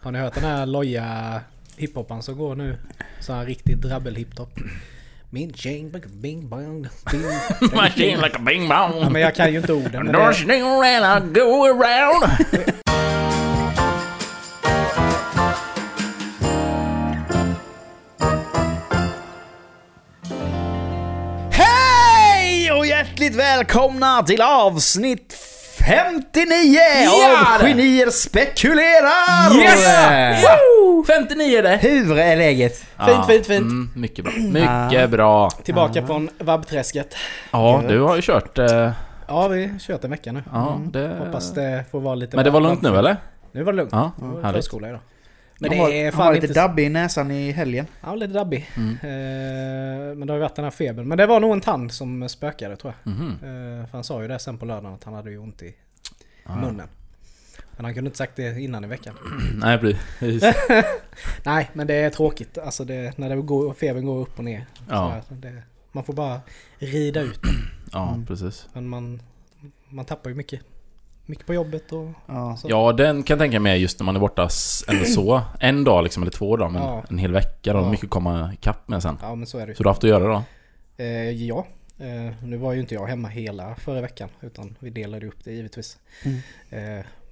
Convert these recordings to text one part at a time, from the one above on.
Har ni hört den här loja hiphopparen som går nu? Så här riktig drabbel-hiphop. Min chain, bing, bing, bang, bing, Machine like a bing Ja, bong. men jag kan ju inte orden. Men Don't det, you know that I go around? Hej och hjärtligt välkomna till avsnitt 59 Ja! av Genier Spekulerar! Yes! Woo! 59 är det. Hur är läget? fint, fint, fint. Mm, mycket bra. Mycket bra. Tillbaka från vabbträsket. Ja, du har ju kört. eh, Ja, vi har kört en vecka nu. Ja, det... Hoppas det får vara lite... Men det var lugnt nu eller? Nu var det lugnt. Ja, Det var härligt. Förskola idag. Men Han Mm. har- det är han har fan lite inte... så- dabb i näsan i helgen. Ja, lite dabbig. Mm. Eh, men det har ju varit den här febern. Men det var nog en tand som spökade tror jag. Mhm. Eh, för han sa ju det sen på lördagen att han hade ju ont i munnen. Men han kunde inte sagt det innan i veckan. Nej, precis. Nej, men det är tråkigt. Alltså det, när det går, febern går upp och ner. Ja, Så det, man får bara rida ut. ja precis. Men man, man tappar ju mycket. Mycket på jobbet och... Ja. Så- Ja, den kan jag tänka mig just när man är borta s- ändå så. En dag liksom, eller två dagar, men Ja. en hel vecka. Då har Ja. mycket att komma ikapp med sen. Ja men så är det ju. Så du har haft att göra då? Eh, ja. Eh, nu var ju inte jag hemma hela förra veckan. Utan vi delade upp det givetvis. Eh,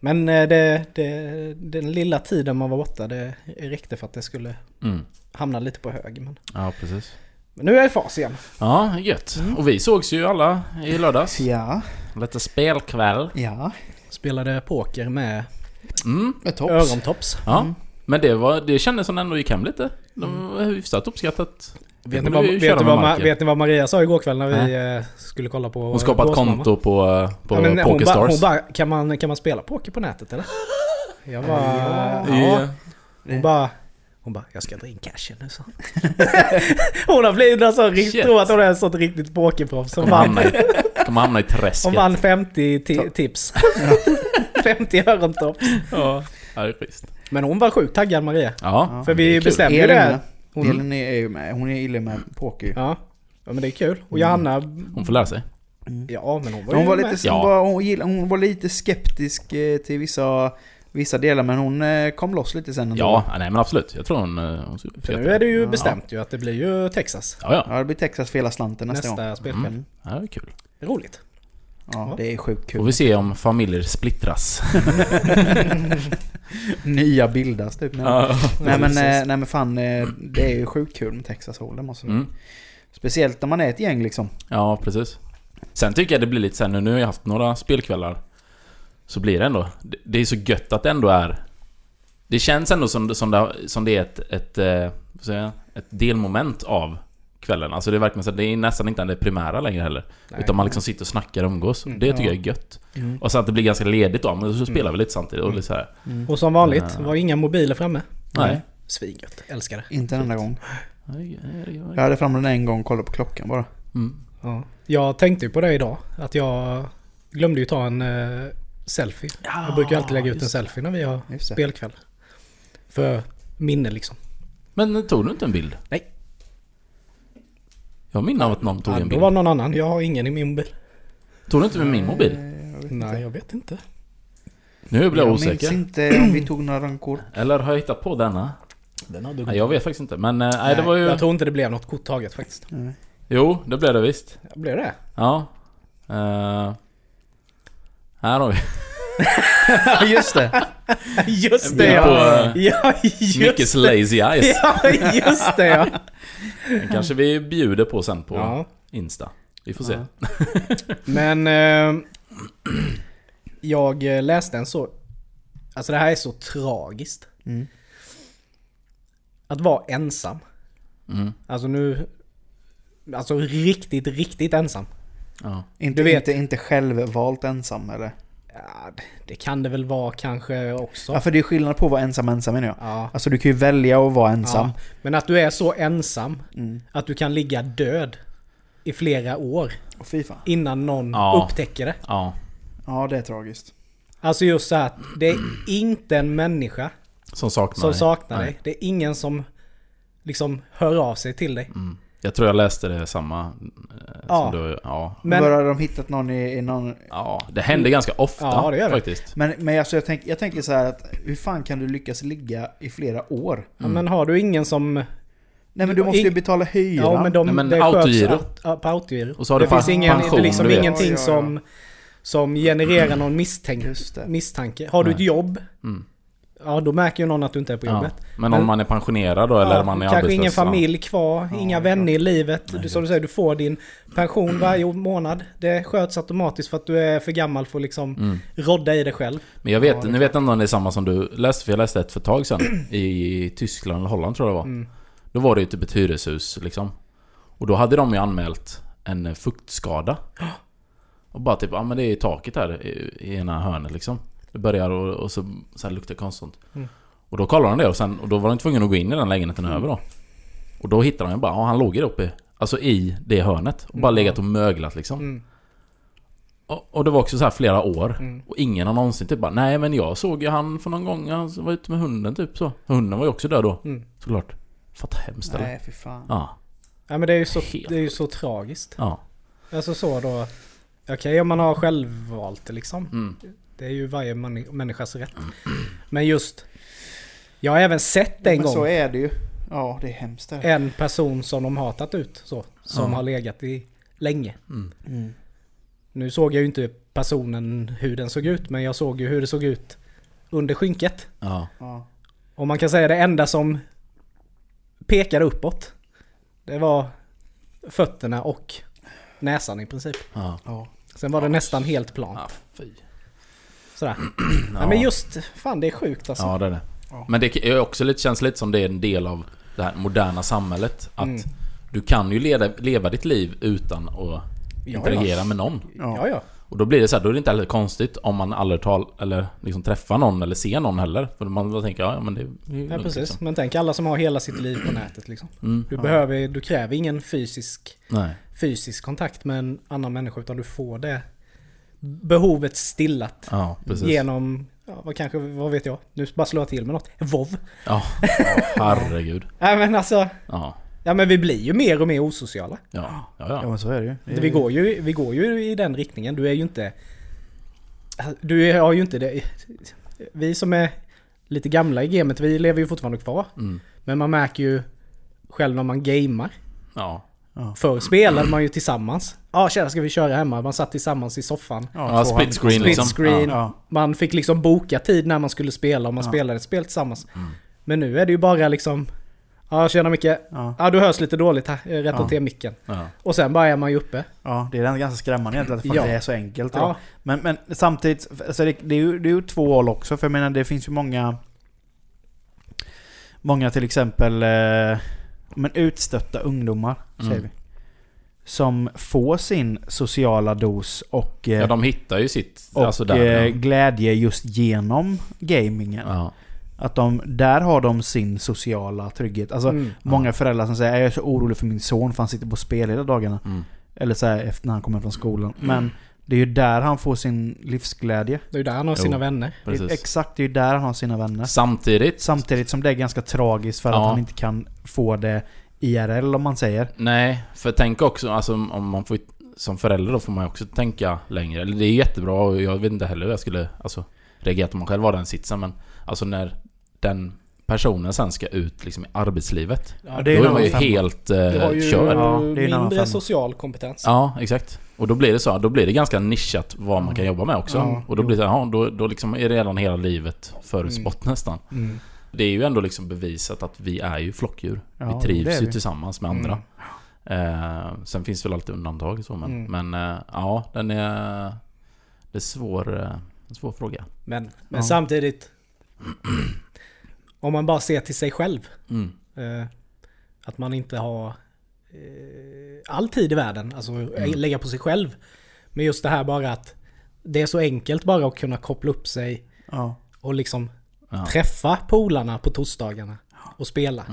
men eh, det, det, den lilla tiden man var borta det räckte för att det skulle Mm. hamna lite på hög. Men, Ja, precis. men nu är jag i fas igen. Ja, gött. Och vi sågs ju alla i lördags. Ja, Lite spelkväll. ja. Spelade poker med Mm. Med tops. örontops. Ja. Men det, var, det kändes som ändå gick hem lite. De var hyfsat uppskattat. Vet Det ni, borde vad, vi ju köra vet, ni med vad, Ma- Marker. vet ni vad Maria sa igår kväll när vi eh, skulle kolla på... Hon skapade ett Gåsmamma? konto på, eh, på Ja, men hon bara, hon Pokerstars. bara kan, man, kan man spela poker på nätet eller? Jag bara... Ja. Ja. Hon bara... Hon bara, jag ska dra in cashen nu så. hon har blivit alltså, Shit. rikt, tror att hon är ett sånt riktigt pokerproffs. Hon Kommer vann, hamna i, kommer hamna i träsket. hon vann 50 ti- tips. 50 örontopp. Ja, Ja, det är schysst. Men hon var sjukt taggad Maria. Ja. För det vi är kul. bestämde ju Elin det. med. Hon- Elin är ju med. Hon är illa med poker ju. Ja. ja, men det är kul. Och Johanna, Hon får lära sig. Mm. ja men hon var Hon ju var, med. lite, Ja. hon, var, hon, gillade, hon var lite skeptisk eh, till vissa, vissa delar men hon eh, kom loss lite sen ändå. Ja, nej men absolut. Jag tror hon... eh, hon skulle För få nu är det ju bestämt ju att det blir ju Texas. Ja, ja. Ja, det blir Texas för hela slanten nästa, Nästa gång. spelkväll. ja det är kul. Roligt. Ja, det är sjukt kul. Får vi se om familjer splittras. Nya bildas typ. Nej, Ja. nej, men, precis. eh, nej men fan, eh, det är ju sjukt kul med Texas Hold'em alltså. Mm. Speciellt när man är ett gäng liksom. Ja, precis. Sen tycker jag det blir lite sen nu, nu har jag haft några spelkvällar. Så blir det ändå. Det, det är så gött att det ändå är... Det känns ändå som, som, det, som det är ett, ett, eh, vad säger jag, ett delmoment av kvällen. Alltså det är verkligen så att det är nästan inte det primära längre heller. Nej. Mm. Utan man liksom sitter och snackar och umgås. det tycker jag är gött. Och sen att det blir ganska ledigt då, men så spelar vi lite samtidigt Mm. och lite så här. Och som vanligt, var inga mobiler framme. Nej. Svingött, älskar det. Inte en enda gång. Nej, nej, nej. Jag hade fram den en gång och kollade på klockan bara. Mm. Ja. Jag tänkte ju på det idag, att jag glömde ju ta en eh, selfie. jag brukar ju alltid lägga ut en selfie när vi har Just det. spelkväll. För minne liksom. Men tog du inte en bild? Nej. Jag minns av att någon tog Ja, en då bild. var någon annan, jag har ingen i min mobil. Tog du inte med min Eh, mobil? Nej, jag vet inte. Nu blir jag, Jag osäker. minns inte om vi tog några rankor. Eller har jag hittat på denna? Den har du. Nej, jag vet faktiskt inte. Men eh, nej, det var ju... Jag tror inte det blev något kort taget faktiskt. Jo, det blev det visst. Blev det? Ja. Eh, här har vi Ja, Just det. Just bild det på ja! eh, Ja, just, Mickes lazy eyes. ja, just det ja! Den kanske vi bjuder på sen på ja. Insta. Vi får se. Men eh, jag eh, läste en så... Alltså det här är så tragiskt. Mm. Att vara ensam. Mm. Alltså nu... Alltså riktigt, riktigt ensam. Ja. Inte, Du vet. inte, inte självvalt ensam eller? Ja, det- det kan det väl vara kanske också. Ja, för det är skillnad på att vara ensam ensam menar jag. Ja. Alltså du kan ju välja att vara ensam. Ja. Men att du är så ensam att du kan ligga död i flera år Och fy fan. innan någon Ja. upptäcker det. ja. Ja, det är tragiskt. Alltså just så här att det är inte en människa Som saknar som dig. saknar Nej. dig. Det är ingen som liksom hör av sig till dig. Jag tror jag läste det samma eh, Ja. som du. Ja. Men- Men... Bara de hittat någon i, i någon... ja, det händer ganska ofta Ja, det gör det. faktiskt. Men, men alltså jag, tänk, jag tänker så här att hur fan kan du lyckas ligga i flera år? Ja, men har du ingen som... Nej men du måste ju Ing- betala hyran. Ja, men de, Nej, men det sköts autogiro. att- Ja, på autogiro. Och så har det du finns fan- ingen, pension, det är liksom du vet. ingenting Ja, ja, ja. Som, som genererar någon misstänk, Just det. misstanke. Har du ett Nej. jobb, Mm. ja då märker ju någon att du inte är på Ja. jobbet. Men om man är pensionerad då eller Ja, om man är kanske arbetslös. ingen ja. familj kvar, Ja, inga klart. vänner i livet. Du, som du säger, du får din pension varje månad. Det sköts automatiskt för att du är för gammal för att liksom Mm. rodda i det själv. Men jag vet, Ja, det nu vet jag inte om det är samma som du läste, för jag läste ett för ett tag sedan. I Tyskland eller Holland tror jag det var. Mm. Då var det ju typ ett hyreshus liksom. Och då hade de ju anmält en eh, fuktskada. Och bara typ, ja men det är i taket här i, i ena hörnet liksom. Det börjar och, och så, så här luktar det konstigt. Mm. Och då kollade de det och, sen, och då var de tvungna att gå in i den lägenheten över då. Och då hittade de ju bara, ja han låg ju där uppe. Alltså i det hörnet. Och bara Mm. legat och möglat liksom. Mm. Och, och det var också så här flera år. Mm. Och ingen har någonsin typ bara Nej men jag såg ju han för någon gång Han var ute med hunden typ så Hunden var ju också död då Mm. Såklart Fatta hemskt eller? Nej för fan. Ja, Ja, men det är ju så, Helt det är ju så tragiskt. ja Alltså så då. Okej om man har självvalt det liksom. mm. Det är ju varje mani- människas rätt. Men just, jag har även sett en men så gång är det ju. Ja, det är hemskt det här. en person som de har tagit ut så. Som Ja. har legat i länge. Mm. Mm. Nu såg jag ju inte personen hur den såg ut men jag såg ju hur det såg ut under skynket. Ja Ja. Och man kan säga det enda som pekade uppåt. Det var fötterna och näsan i princip. Ja Ja. Sen var det nästan helt plant. Ja, fy Sådär. Nej, ja. men just, fan det är sjukt alltså. ja det är det Ja. Men det är också lite, känns lite som det är en del av det här moderna samhället Att Mm. du kan ju leda, leva ditt liv utan att interagera med någon Ja. ja. ja. Och då blir det så här, då är det inte heller konstigt om man aldrig tal, eller liksom träffar någon eller ser någon heller För man bara tänker ja men det är ju Ja lugnt, precis, liksom. men tänk alla som har hela sitt liv på nätet liksom. mm. Du, Ja. behöver, du kräver ingen fysisk, Nej fysisk kontakt med en annan människa utan du får det behovet stillat. Ja precis Genom, ja, vad kanske, vad vet jag, nu bara slår jag till med något. Vov. Ja, herregud. Nej men alltså, Ja, ja men vi blir ju mer och mer osociala. ja, ja. Ja, ja. men så är det ju. Det är Vi ju- går ju, vi går ju i den riktningen, du är ju inte... Du har ju inte det... Vi som är lite gamla i gamet, vi lever ju fortfarande kvar. Mm. Men man märker ju själv när man gamer ja. Förr spelade man ju tillsammans. Ja tjena ska vi köra hemma? Man satt tillsammans i soffan. ja två split screen Split liksom. screen. Ja. Ja. Man fick liksom boka tid när man skulle spela om man Ja. spelade ett spel tillsammans. Mm. Men nu är det ju bara liksom... Ja tjena Micke. Ja. Ja du hörs lite dåligt här. Eh, Rätta Ja. till micken. Ja. Och sen bara är man ju uppe. Ja, det är ganska skrämmande egentligen att det Ja. faktiskt är så enkelt idag. Ja. Men, men samtidigt, alltså det, det, är ju, det är ju två håll också. För jag menar det finns ju många... Många till exempel eh, men utstötta ungdomar, säger Mm. vi. Som får sin sociala dos och, eh, ja, de hittar ju sitt... och alltså där. eh, ja. glädje just genom gamingen. Ja. Att de, där har de sin sociala trygghet. Alltså Mm. många föräldrar som säger jag är så orolig för min son för han sitter på spel hela dagarna. Mm. Eller så här efter när han kommer från skolan. Men det är ju där han får sin livsglädje. Det är ju där han har Jo. sina vänner. Det är, Precis. exakt, det är ju där han har sina vänner. Samtidigt... Samtidigt som det är ganska tragiskt för Ja. att han inte kan få det IRL om man säger. Nej, för tänk också, alltså om man får... Som förälder då får man ju också tänka längre. Eller det är jättebra och jag vet inte heller hur jag skulle... Alltså, reagera om man själv var i den sitsen men... Alltså när den personen sen ska ut liksom i arbetslivet. Ja, det är då en är man ju annan femma. helt Du har eh, ju körd. Ja, det är en annan mindre femma. social kompetens. Ja, exakt. Och då blir det så, då blir det ganska nischat vad man kan jobba med också. Ja, och då blir det så här, ja, då, då liksom är redan hela livet förutspått nästan. Mm. Det är ju ändå liksom bevisat att vi är ju flockdjur. Ja, vi det trivs är ju vi. tillsammans med andra. Eh, sen finns det väl alltid undantag och så men, Mm. men eh, ja, den är... Det är svår, eh, en svår fråga. Men, men Ja. samtidigt... Om man bara ser till sig själv. Mm. Eh, att man inte har eh, all tid i världen, alltså Mm. lägga på sig själv. Men just det här bara att det är så enkelt bara att kunna koppla upp sig Ja, och liksom Ja. Mm. träffa polarna på torsdagarna och spela.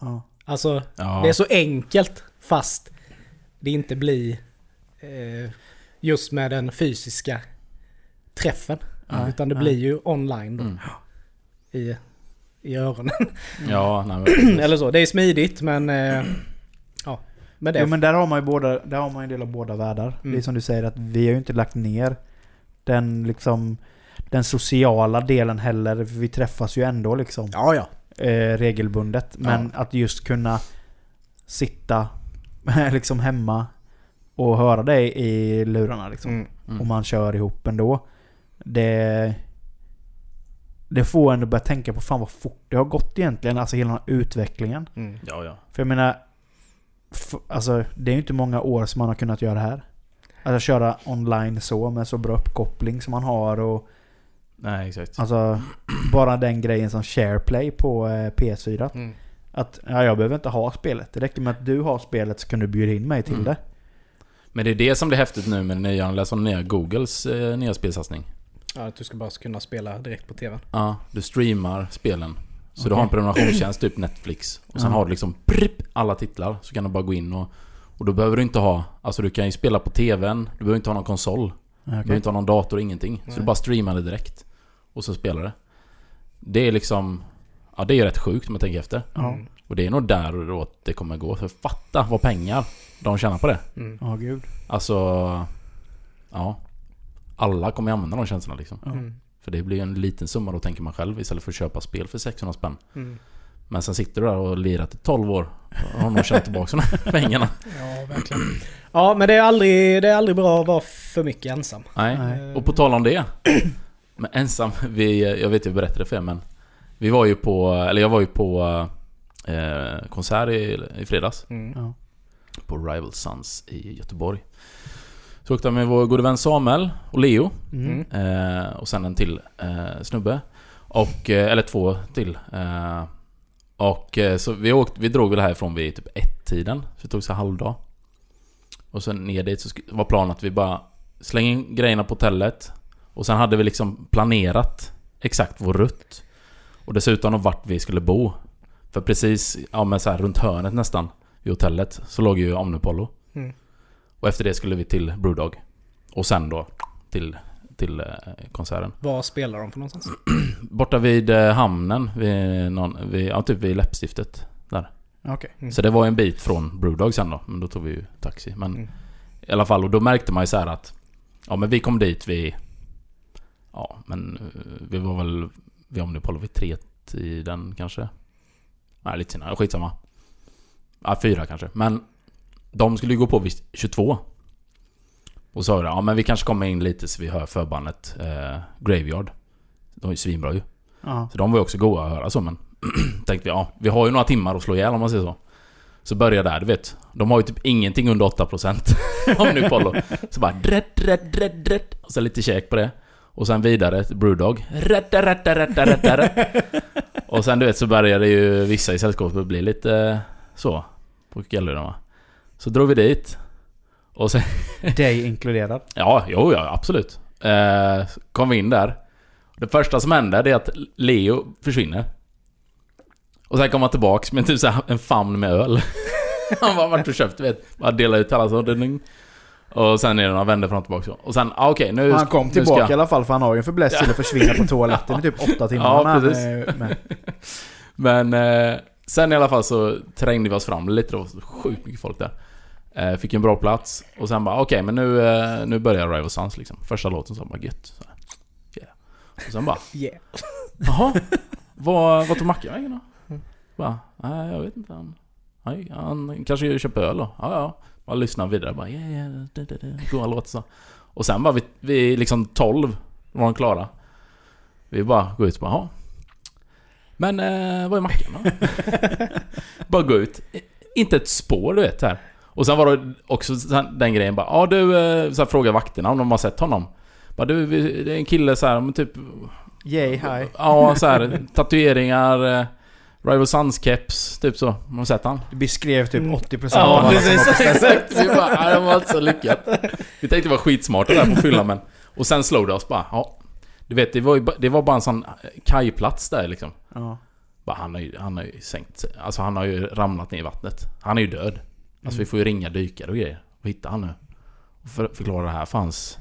ja. Alltså, Ja. det är så enkelt fast det inte blir eh, just med den fysiska träffen. utan det blir ju online då. I, I öronen. Ja, nej, men, Eller så. Det är smidigt men... Eh, ja. Men det, Jo men där har man ju båda, där har man ju en del av båda världar. Det är som du säger att vi har ju inte lagt ner den liksom den sociala delen heller. för Vi träffas ju ändå liksom Ja, ja. eh, regelbundet. Men att just kunna sitta liksom hemma och höra dig i lurarna liksom. Mm. Mm. Och man kör ihop ändå. Det... Det får en att börja tänka på fan vad fort det har gått egentligen. Alltså hela den här utvecklingen. Mm. Ja, ja. För jag menar... F- alltså det är ju inte många år som man har kunnat göra det här. Alltså köra online så med så bra uppkoppling som man har och... Nej, exakt. Alltså bara den grejen som SharePlay på eh, PS4. Mm. Att ja, jag behöver inte ha spelet. Det räcker med att du har spelet så kan du bjuda in mig till Mm. det. Men det är det som blir häftigt nu med den nya, läser om den nya Googles eh, nya spelsatsning. ja, att du ska bara kunna spela direkt på tvn. Ja, du streamar spelen. Så du Okej. har en prenumerationstjänst, typ Netflix. Och sen Ja. har du liksom pripp, alla titlar. Så kan du bara gå in och... Och då behöver du inte ha... Alltså du kan ju spela på TVn. Du behöver inte ha någon konsol. Ja, Du behöver okej. inte ha någon dator, ingenting. Så Nej. du bara streamar det direkt. Och så spelar det. Det är liksom... Ja, det är ju rätt sjukt om man tänker efter. Ja, Mm. Och det är nog där och då det kommer gå. För fatta vad pengar de tjänar på det. Mm. ja gud. Alltså... Ja. Alla kommer ju använda de tjänsterna liksom. Ja. Mm. För det blir ju en liten summa då tänker man själv istället för att köpa spel för 600 spänn. Mm. Men sen sitter du där och har lirat i 12 år. Och har nog tjänat tillbaka de här pengarna. Ja, verkligen. Ja, men det är, aldrig, det är aldrig bra att vara för mycket ensam. Nej. Nej. Och på tal om det. Men ensam, vi, jag vet ju jag berättade för er men. Vi var ju på, eller jag var ju på eh, konsert i, i fredags. Mm. Ja. På Rival Sons i Göteborg. Så åkte jag med vår gode vän Samuel och Leo. Mm. Mm. Eh, och sen en till eh, snubbe. Och, eh, eller två till. Eh, och eh, så vi, åkte, vi drog väl härifrån vid typ ett-tiden. Så det tog så halvdag. Och sen ner dit så sk- var planen att vi bara slänger in grejerna på hotellet. Och sen hade vi liksom planerat exakt vår rutt. Och dessutom om vart vi skulle bo. För precis, ja men så här runt hörnet nästan, vid hotellet, så låg ju Omnipollo. Mm. Och efter det skulle vi till Brewdog. Och sen då till, till eh, konserten. Var spelar de för någonstans? Borta vid eh, hamnen, vid, någon, vid, ja, typ vid läppstiftet. Okej. Mm. Så det var en bit från Brewdog sen då, men då tog vi ju taxi. Men Mm. i alla fall, och då märkte man ju så här att... Ja men vi kom dit vid... Ja men eh, vi var väl vid Omnipol vid tre tiden kanske? Nej lite senare, skitsamma. Ja, fyra kanske. Men de skulle ju gå på vid 22. Och sa ju det, ja men vi kanske kommer in lite så vi hör förbandet eh, Graveyard. De är ju svinbra ju. Ja. Så de var ju också goa att höra så men... tänkte vi, ja vi har ju några timmar att slå ihjäl om man säger så. Så börjar där, du vet. De har ju typ ingenting under 8% om nu Pollo. Så bara drätt, drätt, drätt, drätt. Och sen lite käk på det. Och sen vidare till Brewdog. Rätta, rätta, rätta, rätta, rätta. Och sen du vet så började ju vissa i sällskapet bli lite eh, så. På gällorna va. Så drog vi dit. Och sen Dig inkluderad. Ja, jo, ja, absolut. Eh, kom vi in där. Det första som händer det är att Leo försvinner. Och sen kommer han tillbaks med typ så här en famn med öl. han bara vart och köpt, du vet. Bara delar ut till alla så. ding. Och sen är det några vänder fram och tillbaka. Och sen, ah, okej nu... Han kom nu tillbaka i Ska, alla fall för han har ju en fäbless till att försvinna på toaletten i typ åtta timmar. Ja, när han precis. är med. men eh, sen i alla fall så trängde vi oss fram lite. Det var så sjukt mycket folk där. Eh, fick en bra plats. Och sen bara, okej men nu, eh, nu börjar Rival Sons liksom. Första låten så bara gött. Så här, yeah. Och sen bara... Yeah. Jaha? Vad, vad tog Mackan vägen då? Bara, nej jag vet inte. Han, han, han kanske köper öl då? Ja, ja. Man lyssnar vidare bara, yeah, yeah, da, da, da. goa låt så. Och sen bara vid, vid liksom 12 var de klara. Vi bara går ut och bara, "Jaha. Men eh, var är Mackan då? bara gå ut. I- Inte ett spår du vet här. Och sen var det också sen den grejen bara, ja du, eh", så här, frågar vakterna om de har sett honom. Bara du, vi- det är en kille så här, men typ Yay, hi. Ja, så här, tatueringar, eh, Rival Sons keps, typ så. Har du sett han? Du beskrev typ Mm. 80% Ja, av alla som precis. var på festen. Exakt! Vi bara, nej, de var inte så lyckat. Vi tänkte vara skitsmarta där på fyllan men... Och sen slog det oss bara, ja. Du vet, det var, ju, ba- det var bara en sån eh, kajplats där liksom. Ja. Bara, han, har ju, han har ju sänkt sig. Alltså han har ju ramlat ner i vattnet. Han är ju död. Alltså vi får ju ringa dykare och grejer. Vad hittar han nu? Och för, förklara det här för hans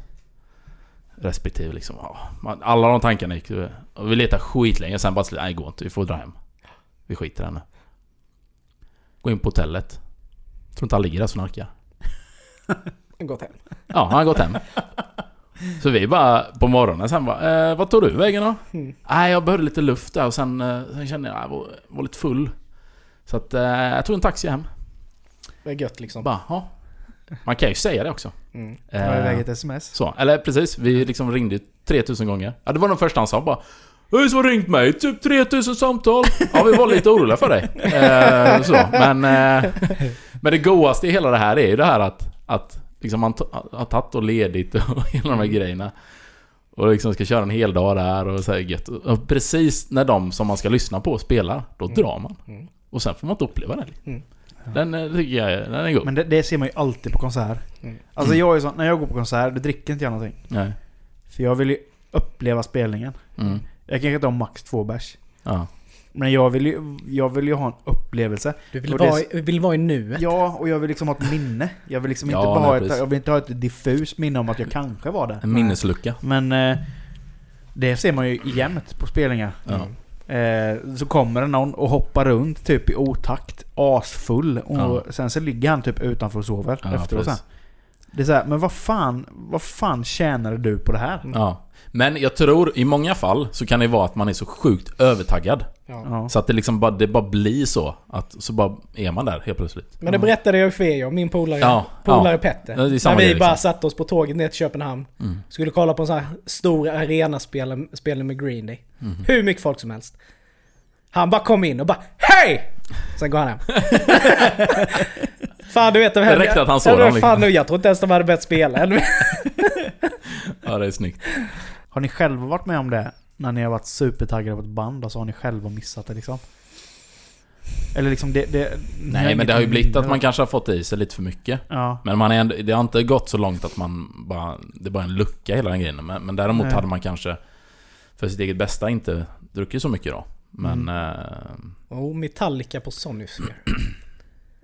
respektive liksom. Ja, man- alla de tankarna gick ju- Och vi letar skitlänge sen bara slut- nej det går inte. Vi får dra hem. Vi skiter i henne. Gå in på hotellet. Tror inte han ligger där och snarkar. Gått hem. Ja, han har gått hem. Så vi bara på morgonen sen bara, eh, vad tog du vägen då? Mm. Nej, jag behövde lite luft där och sen, eh, sen kände jag, jag var, var lite full. Så att eh, jag tog en taxi hem. Det är gött liksom. Bara, ja. Man kan ju säga det också. Mm. Jag har Eh, iväg ett sms. Så, eller precis. Vi liksom ringde 3000 gånger. Ja, det var den första han sa bara. Hej, som har ringt mig? Typ 3000 samtal. Ja, vi var lite oroliga för dig. Eh, så. Men, eh, men det godaste i hela det här är ju det här att, att liksom man t- har tagit och ledigt och hela de här grejerna. Och liksom ska köra en hel dag där och så här gött. Och precis när de som man ska lyssna på spelar, då drar man. Mm. Och sen får man inte uppleva det. Mm. Den eh, tycker jag är- den är god. Men det, det ser man ju alltid på konsert. Mm. Alltså jag är sån, när jag går på konsert, då dricker inte jag någonting. Nej. För jag vill ju uppleva spelningen. Mm. Jag kanske tar max två bärs. Ja. Men jag vill ju, jag vill ju ha en upplevelse. Du vill Och det- vara, i- vill vara i nuet. Ja, och jag vill liksom ha ett minne. Jag vill liksom Ja, inte bara nej, ha ett, precis. jag vill inte ha ett diffust minne om att jag kanske var där. En minneslucka. Men eh, det ser man ju jämt på spelningar. Ja. Eh, så kommer det någon och hoppar runt typ i otakt, asfull. Och sen så ligger han typ utanför och sover Ja, efteråt sen. precis. Det är såhär, men vad fan, vad fan tjänade du på det här? Ja. Men jag tror i många fall så kan det vara att man är så sjukt övertaggad. Ja. Ja. Så att det liksom bara, det bara blir så. Att, så bara är man där helt plötsligt. Men det berättade jag ju för er, jag och min polare, Ja, polare ja. Petter. Ja, det är samma När vi grej, liksom. Mm. bara satte oss på tåget ner till Köpenhamn. Skulle kolla på en sån här stor arenaspelning spelning med Green Day. Mm. Hur mycket folk som helst. Han bara kom in och bara Hej! Sen går han hem. fan du vet de här... Det räckte att han såg Ja, men dem, liksom. Fan nu, jag tror inte ens de hade börjat spela än. Ja, det är snyggt. Har ni själva varit med om det? När ni har varit supertaggade på ett band och så har ni själva missat det liksom? Eller liksom det... det ni Nej, men inget det har ju blivit att minne. man kanske har fått i sig lite för mycket. Ja. Men man är ändå, det har inte gått så långt att man bara... Det är bara en lucka hela den grejen. Men, men däremot Nej. hade man kanske för sitt eget bästa inte druckit så mycket då. Men... eh, oh, Metallica på Sonosphere.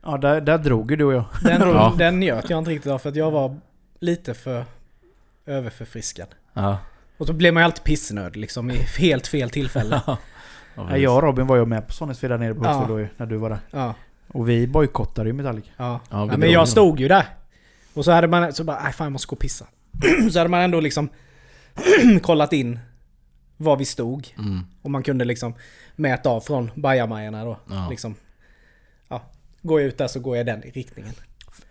Ja, där, där drog ju du och jag. Den, Ja. den njöt jag inte riktigt av för att jag var lite för överförfriskad. ja. Och så blev man ju alltid pissnörd liksom i helt fel tillfälle. Ja, Ja, jag och Robin var ju med på Sonys där nere på Ja. Huxley då ju, när du var där. Ja. Och vi bojkottade ju Metallica. Ja, Ja, ja vi men drog jag igenom. stod ju där. Och så hade man så bara, "Aj, fan jag måste gå och pissa. så hade man ändå liksom kollat in var vi stod. Mm. Och man kunde liksom mäta av från bajamajorna då. Ja. Liksom, ja, går jag ut där så går jag den i riktningen.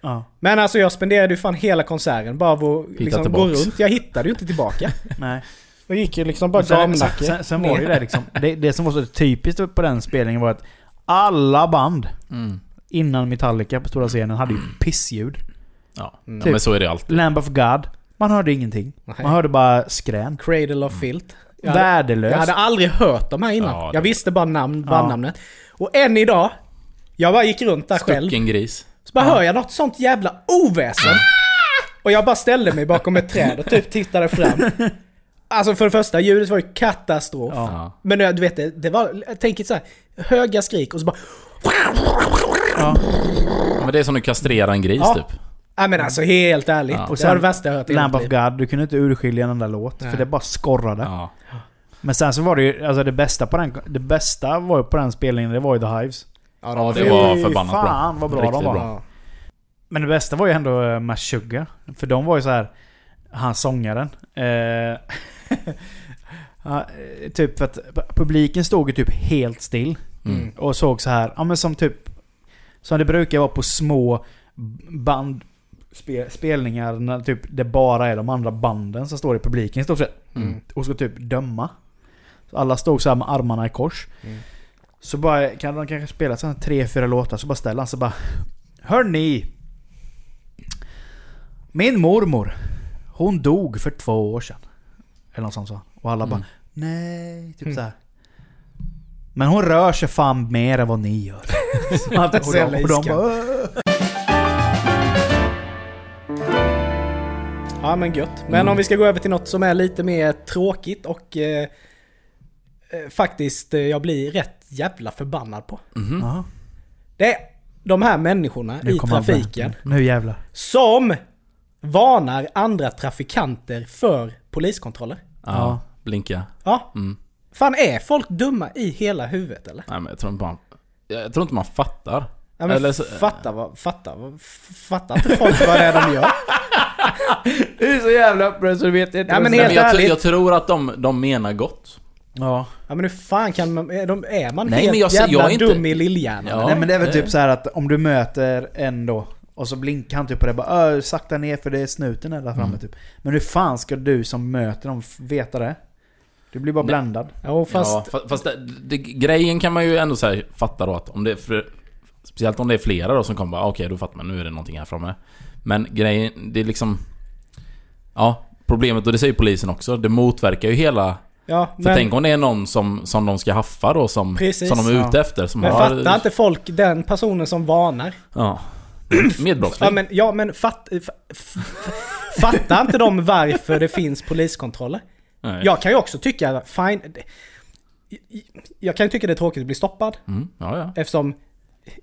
Ja. Men alltså jag spenderade ju fan hela konserten bara vår, liksom, gå tillbaks. runt. Jag hittade ju inte tillbaka. Nej. Jag gick ju liksom bara sen, sen, gamnacke. sen, sen var det ju det liksom. Det, det som var så typiskt på den spelningen var att alla band Mm. innan Metallica på stora scenen hade ju pissljud. Ja. Mm. ja, men så är det alltid. Lamb of God. Man hörde ingenting. Man hörde bara skrän. Cradle of Filth. Jag hade- Värdelöst. Jag hade aldrig hört dem här innan. Mm. Ja, det- jag visste bara namn, bandnamnet. Och än idag, jag bara gick runt där själv. Stucken gris. Så bara hör jag något sånt jävla oväsen. Och jag bara ställde mig bakom ett träd och typ tittade fram. Alltså för det första, ljudet var ju katastrof. Ja. Men eh, du vet, det, det var, jag tänker så här, höga skrik och så bara... Ja, Men det är som att kastrera en gris Ja. typ. Ja men alltså helt ärligt. Ja. Och det var det värsta jag hört i hela Lamb mitt of liv. God, du kunde inte urskilja en enda låt. Nej. För det bara skorrade. Ja. Men sen så var det ju, alltså det bästa på den, det bästa var ju på den spelningen, det var ju The Hives. Ja, det Fy var förbannat bra. fan, vad bra de Riktigt var. bra. Ja. Men det bästa var ju ändå eh, Meshuggah. För de var ju så här han sångaren. Eh, ja, eh, typ för att publiken stod ju typ helt still. Mm. Och såg så här, ja men som typ... Som det brukar vara på små band spe- spelningar när typ det bara är de andra banden som står i publiken i stort sett. Mm. Och ska typ döma. Så alla stod så här med armarna i kors. Mm. Så bara, kan de kanske spela sådana tre, fyra låtar, så bara ställer han sig bara Hörni! Min mormor, hon dog för två år sedan. Eller något sånt sa han. Och alla bara Nej, typ så här. Men hon rör sig fan mer än vad ni gör. Så att- Så jävla och de iskall. bara, "Åh." Ja men gött. Men Mm. om vi ska gå över till något som är lite mer tråkigt och eh, eh, faktiskt eh, jag blir rätt jävla förbannad på. Mm. Jaha. Det är de här människorna i kommer han fram. trafiken Nu jävlar. som varnar andra trafikanter för poliskontroller. Ja, blinka. Ja. Mm. Fan är folk dumma i hela huvudet eller? Nej men jag tror inte man... Jag tror inte man fattar. Ja, men Eller så- fatta vad, fatta vad, fatta inte folk vad det är de gör. Du är så jävla upprörd så du vet inte Ja, vad men jag Nej, helt men jag, tr- ärligt. jag tror att de, de menar gott. Ja. Ja men hur fan kan man, är, de, är man Nej, helt men jag ser- jävla jag är inte- dum i lillhjärnan? Ja. Nej men det är väl det- typ så här att om du möter en då och så blinkar han typ på det bara "Ö, sakta ner för det är snuten här där framme Mm. typ. Men hur fan ska du som möter dem f- veta det? Du blir bara Nej. bländad. Jo fast, ja, fa- fast det, det, grejen kan man ju ändå så här fatta då att om det är fr- Speciellt om det är flera då som kommer bara "Ah, okej då fattar man nu är det någonting här framme. Men grejen, det är liksom... Ja, problemet och det säger polisen också, det motverkar ju hela... ja, För men, tänk om det är någon som, som de ska haffa då som, Precis, som de är ja. ute efter. Som men har, fattar inte folk den personen som varnar? Ja. Ja Medbrottsling. men, ja, men fatt, eh, f- f- fattar inte de varför det finns poliskontroller? Nej. Jag kan ju också tycka, fine, det- jag kan ju tycka det är tråkigt att bli stoppad Mm, ja, ja. eftersom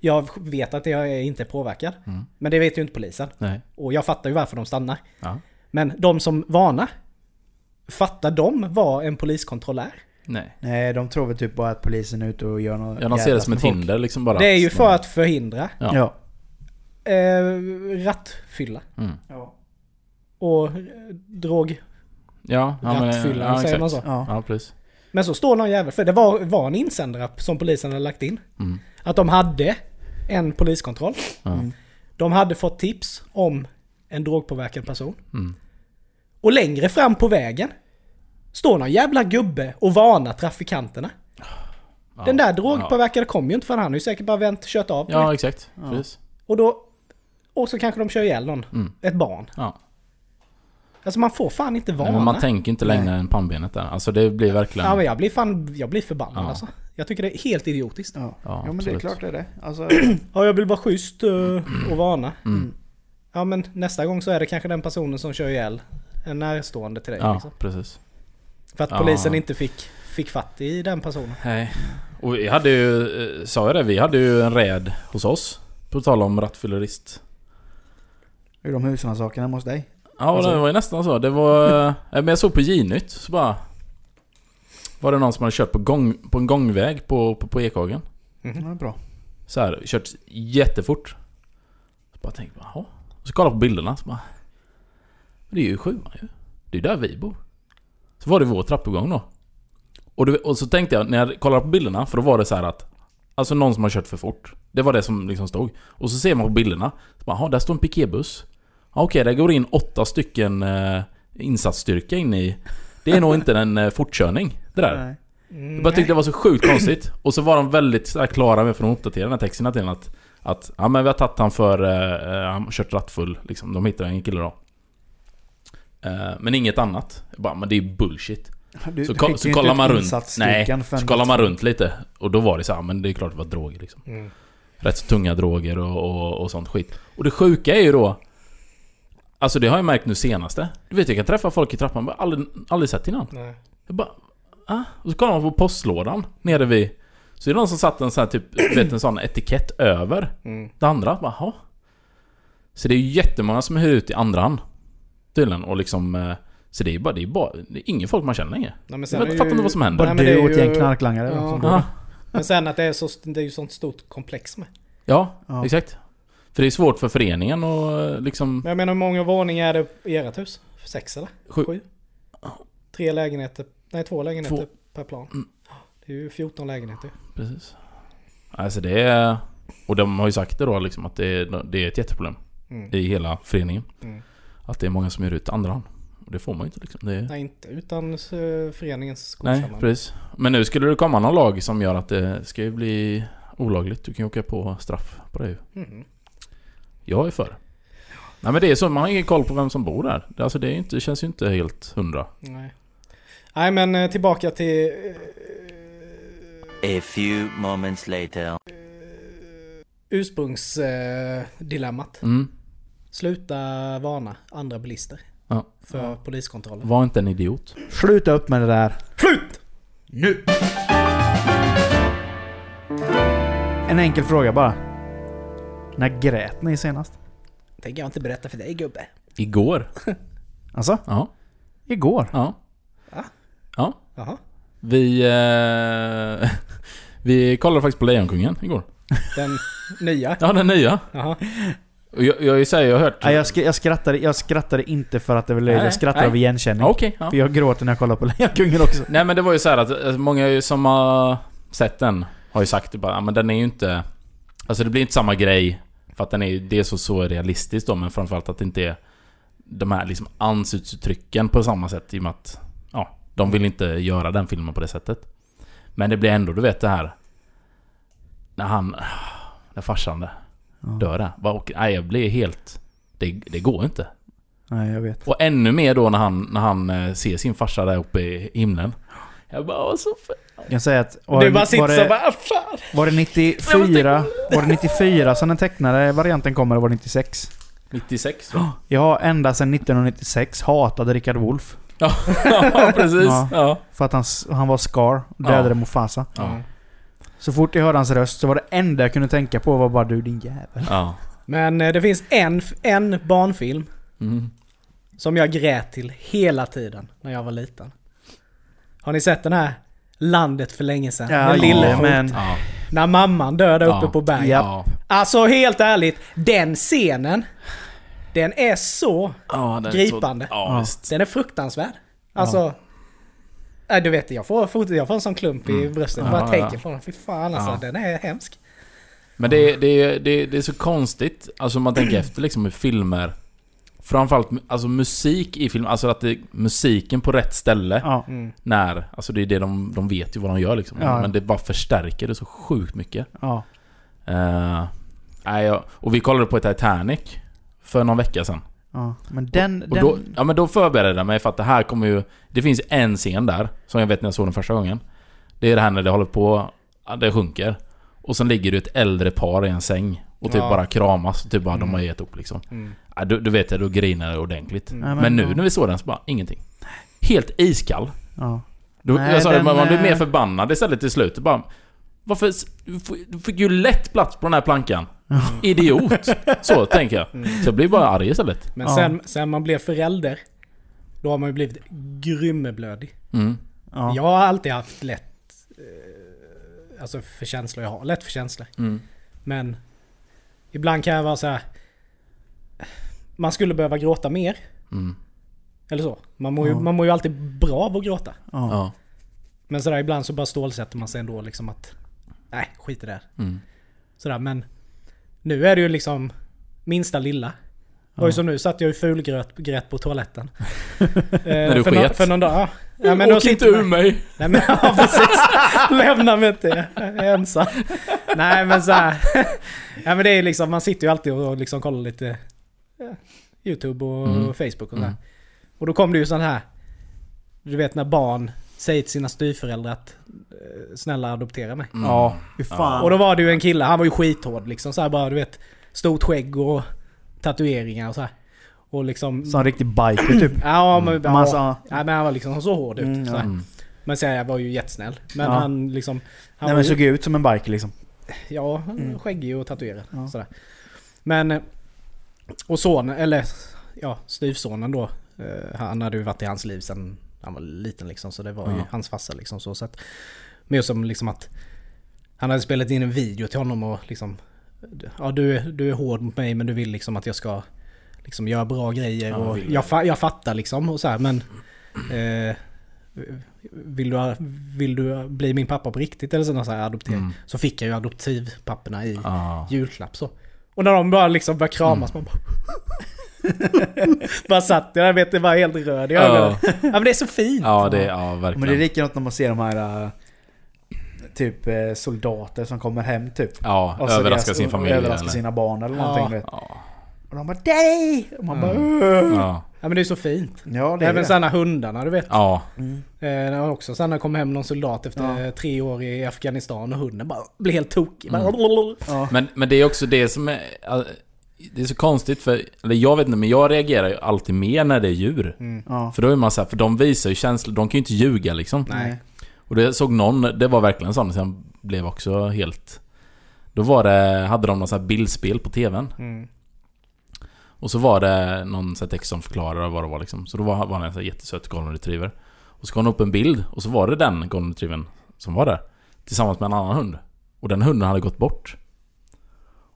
jag vet att jag är inte påverkad. Mm. Men det vet ju inte polisen. Nej. Och jag fattar ju varför de stannar. Ja. Men de som varnar, fattar de vad en poliskontroll är? Nej. Nej, de tror väl typ bara att polisen är ute och gör något Ja, de ser det jävla som ett med folk. hinder liksom bara. Det är ju för att förhindra Ja. Ja. eh, rattfylla Mm. och eh, drog. Ja, ja men... Rattfylla, ja, säger man exakt. så? Ja. Ja, precis. Men så står någon jävel, för det var, var en insändare som polisen hade lagt in. Mm. Att de hade en poliskontroll. Ja. Mm. De hade fått tips om en drogpåverkad person. Mm. Och längre fram på vägen står någon jävla gubbe och varnar trafikanterna. Ja. Den där drogpåverkade kom ju inte för han har ju säkert bara vänt, kört av. Ja, ja exakt. Precis. Och då... Och så kanske de kör ihjäl någon. Mm. Ett barn. Ja. Alltså man får fan inte varna. Nej, men man tänker inte Nej. längre än pannbenet där. Alltså det blir verkligen... Ja men jag blir fan, jag blir förbannad Ja. alltså. Jag tycker det är helt idiotiskt. Ja. Ja, ja, men det är absolut. klart det är det. Alltså, Ja jag vill vara schysst eh, Mm. och varna. Ja men nästa gång så är det kanske den personen som kör ihjäl en närstående till dig. Ja, Liksom. precis. För att Ja. polisen inte fick, fick fatt i den personen. Nej. Och vi hade ju... eh, Sa jag det? Vi hade ju en räd hos oss. På tal om rattfyllerist. hur de husrannsakan hemma hos dig? Ja, Alltså- det var ju nästan så. Det var... eh, men jag såg på J-nytt, så bara... Var det någon som hade kört på, gång, på en gångväg på, på, på Ekhagen. Mm. Mm. Ja, det är bra. Så här, kört jättefort. Så bara tänkte jag, jaha. Och så kollade jag på bilderna, så bara... Men det är ju sjuan ju. Det är där vi bor. Så var det vår trappuppgång då. Och, du, och så tänkte jag, när jag kollade på bilderna, för då var det så här att... Alltså någon som har kört för fort. Det var det som liksom stod. Och så ser man på bilderna, så bara, jaha, där står en piketbuss. Ja, okej, där går in åtta stycken eh, insatsstyrka in i... Det är nog inte en eh, fortkörning, det där. Nej. Mm, Jag bara tyckte det var så sjukt konstigt. Och så var de väldigt så här klara med, för de uppdaterade den här texten hela tiden att, att ja men vi har tagit han för, eh, eh, han har kört rattfull liksom. De hittade en kille då. Eh, men inget annat. Jag bara, men det är ju bullshit. Du, Så, du ko- skickar så ju kollar inte man ut runt. Nej, insatsstyrkan för så en- kollar man runt lite. Och då var det så här, men det är klart det var droger liksom. Mm. Rätt så tunga droger och, och, och sånt skit. Och det sjuka är ju då... Alltså det har jag märkt nu senaste. Du vet jag kan träffa folk i trappan, bara aldrig, aldrig sett innan. Nej. Jag bara, ah? Och så kollar man på postlådan nere vid... Så är det någon som satt en sån här typ, du vet en sån etikett över Mm. det andra. Bara, "Jaha." så det är ju jättemånga som hyr ut i andra hand. Tydligen. Och liksom... eh, Så det är ju bara, det är bara, det är ingen folk man känner längre. Nej, men sen Jag är fattar ju- inte vad som händer. Bara Nej, men det du är och ett ju- gäng knarklangare. Ja. som går Ja, Men sen att det är, så, det är ju sånt stort komplex med. ja, Ja. exakt. För det är svårt för föreningen och eh, liksom... Men jag menar hur många våningar är det i ert hus? Sex eller? Sju. Sju? Tre lägenheter, nej två lägenheter Två. per plan. Mm. Det är ju 14 lägenheter. Precis. Alltså det är... Och de har ju sagt det då liksom att det är, det är ett jätteproblem. Mm. i hela föreningen. Mm. Att det är många som gör ut andra hand. Och det får man ju inte liksom. Det är... Nej, Nej inte utan eh, föreningens godkännande. precis. Men nu skulle det komma någon lag som gör att det ska ju bli olagligt. Du kan ju åka på straff på det ju. Mm. Jag är för. Nej men det är så, man har ingen koll på vem som bor där. Det- Alltså det, är ju inte, det känns ju inte helt hundra. Nej. Nej men eh, tillbaka till... eh, A few moments later. ursprungsdilemmat. Mm. eh, Sluta varna andra bilister Ja. för Mm. poliskontrollen. Var inte en idiot. på. Sluta upp med det där. Slut! Nu! En enkel fråga bara. När grät ni senast? Tänker jag inte berätta för dig gubbe. Igår? Alltså, Ja. igår. Ja. Va? Ja. Jaha. Vi... Eh, Vi kollade faktiskt på Lejonkungen igår. Den nya? Ja, den nya. Jaha. Och jag, jag, säger, jag har hört... Nej, jag, sk- jag, skrattade, jag skrattade inte för att det var löjligt. Nej, Jag skrattade nej. av igenkänning. Ja, Okej. ja. För jag gråter när jag kollar på Lejonkungen också. Nej men det var ju så här att alltså, många ju som har sett den har ju sagt det bara, "Ja, men den är ju inte... Alltså det blir inte samma grej. För att den är ju dels så, så realistisk då, men framförallt att det inte är de här liksom ansiktsuttrycken på samma sätt i och med att... Ja, de vill inte göra den filmen på det sättet. Men det blir ändå, du vet det här... När han... När farsan där, dör där. Bara, och, nej, jag blir helt... Det, det går inte. Nej, jag vet. Och ännu mer då när han, när han eh, ser sin farsa där uppe i himlen. Jag bara, "Åh, så fett. Jag kan säga att... Du bara sitter var, så det, bara "Ah, fan. var det 94... Var det 94 som den tecknade varianten kommer, eller var det 96? 96 va? Jag har ända sedan 1996 hatat Rickard Wolff. ja, precis. Ja. Ja. Ja. För att han, s- han var Scar, dödade Ja. Mufasa. Ja. Så fort jag hörde hans röst så var det enda jag kunde tänka på var bara du din jävel. Men eh, det finns en, f- en barnfilm Mm. som jag grät till hela tiden när jag var liten. Har ni sett den här? Landet för länge sedan. Ja, den lille jajamän. fot. Ja. När mamman dör där uppe Ja. på berget. Ja. Ja. Alltså helt ärligt, den scenen. Den är så... Ja, den är så- Gripande. Ja, visst. Den är fruktansvärd. Alltså... Nej, du vet, jag får, fot- jag får en sån klump i bröstet. Mm. Ja, bara ja. tänker på den. Fy fan alltså, Ja. den är hemsk. Men det, är- det, är- det, är- det är så konstigt, alltså om man tänker efter liksom hur filmer... Framförallt mu- alltså musik i film, alltså att det, musiken på rätt ställe. Ja. När, alltså det är det de, de vet ju vad de gör liksom. Ja. Men det bara förstärker det så sjukt mycket. ja. Eh, nej, jag- och vi kollade på Titanic för någon vecka sedan. ja. Men den... Och den då, ja, men då förberedde jag mig för att det här kommer ju... Det finns en scen där, som jag vet när jag såg den första gången. Det är det här när det håller på, ja, det sjunker. Och sen ligger det ett äldre par i en säng och typ Ja. bara kramas. Typ bara de har gett upp liksom. Ja, du, du vet jag, då grinar jag ordentligt. Ja, men, nu när vi såg den så bara, ingenting. Helt iskall. Ja. Mm. Du, Nej, jag sa den, det, man blir eh, mer förbannad istället till slut. Bara, varför... s- Du f- du fick ju lätt plats på den här plankan. Idiot! Så tänker jag. Så jag blir bara arg istället. Men Ja. sen, sen man blev förälder, då har man ju blivit grymmeblödig. Mm. Ja. Jag har alltid haft lätt eh, alltså för känslor. Jag har lätt för känslor. Mm. Men ibland kan jag vara så här. Man skulle behöva gråta mer. Mm. Eller så. Man mår, ju, Ja. man mår ju alltid bra av att gråta. Ja. Ja. Men sådär ibland så bara stålsätter man sig ändå liksom att nej, skit i det här. Mm. Sådär men nu är det ju liksom minsta lilla. Det var ju som nu satt jag ju fulgröt grät på toaletten. När du för, nå- sket. för någon dag. Ja. Ja, Men då Åk inte sitter man- ur mig! Nej men ja, precis. Lämna mig inte ensam. Nej men så här. Ja men det är liksom, man sitter ju alltid och liksom kollar lite ja, YouTube och Mm. Facebook och så här. Mm. Och då kom det ju sån här. Du vet när barn säger till sina styvföräldrar att eh, snälla adoptera mig. Mm. Ja. Fy fan. Och då var det ju en kille, han var ju skithård liksom så här bara du vet. Stort skägg och tatueringar och så här. Och Mm. liksom... Som en riktig biker typ. Ja men, ja, Man sa- ja, men han var liksom så hård ut. Mm, så här. Mm. Men sen jag var ju jättesnäll. Men Ja. han liksom... Han Nej var men ju, såg ut som en biker liksom. Ja, han var skäggig och tatuerad. Ja. Sådär. Men... eh, Och sonen, eller ja, styvsonen då. eh, Han hade ju varit i hans liv sedan han var liten liksom. Så det var ju Ja. hans farsa liksom. Så, så att, mer som liksom att... Han hade spelat in en video till honom och liksom... Ja, du, är- du är hård mot mig men du vill liksom att jag ska liksom göra bra grejer Ja, och vill jag, fa- jag fattar liksom och så här men... Eh, vill, du, vill du bli min pappa på riktigt eller sådana så här adoptering? Mm. Så fick jag ju adoptivpapperna i Ja. julklapp så. Och när de bara liksom började kramas Mm. man bara... bara satt jag där, vet det var helt röd i ögonen. Ja. Ja men det är så fint. ja, det... Ja, verkligen. Men det är likadant när man ser de här... äh, Typ eh, soldater som kommer hem typ. Ja, Och så överraska deras- sin familj Överraska eller? sina barn eller Ja. någonting du vet. Ja. Och de bara dig! Och man bara "Åh!" Ja. Ja men det är så fint. Ja det är Även det. sådana hundarna du vet. Ja. Mm. Eh, det var också sen när det kom hem någon soldat efter eh, tre år i Afghanistan och hunden bara blev helt tokig. Bara, Ja. Men, men det är också det som är... all- Det är så konstigt för... Eller jag vet inte, men jag reagerar ju alltid mer när det är djur. Mm. Ja. För då är man så här, för de visar ju känslor, de kan ju inte ljuga liksom. Nej. Och det såg någon, det var verkligen sån, sen blev också helt... Då var det, hade de någon sån här bildspel på TVn. Mm. Och så var det någon sån här text som förklarade vad det var liksom. Så då var, var han en sån här jättesöt golden retriever. Och så kom det upp en bild, och så var det den golden retrievern som var där. Tillsammans med en annan hund. Och den hunden hade gått bort.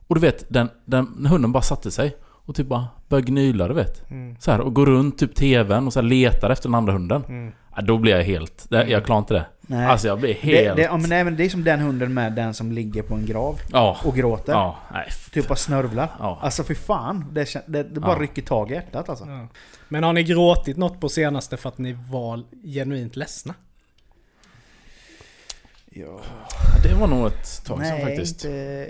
Och du vet, den, den hunden bara satte sig. Och typ bara började gnyla, du vet. Mm. Så här, och går runt typ tvn och så här letar efter den andra hunden. Mm. Ja, då blir jag helt... det- Jag klarar inte det. Nej. Alltså jag blir det, helt... det, ja, men nej, men det är som den hunden med den som ligger på en grav ja. och gråter. Ja, nej. f- Typ bara snörvlar. Ja. Alltså för fan. Det, kän- det, det bara Ja. rycker tag i hjärtat alltså. Ja. Men har ni gråtit något på senaste för att ni var genuint ledsna? Ja, Det var nog ett tag sedan Nej, faktiskt. inte...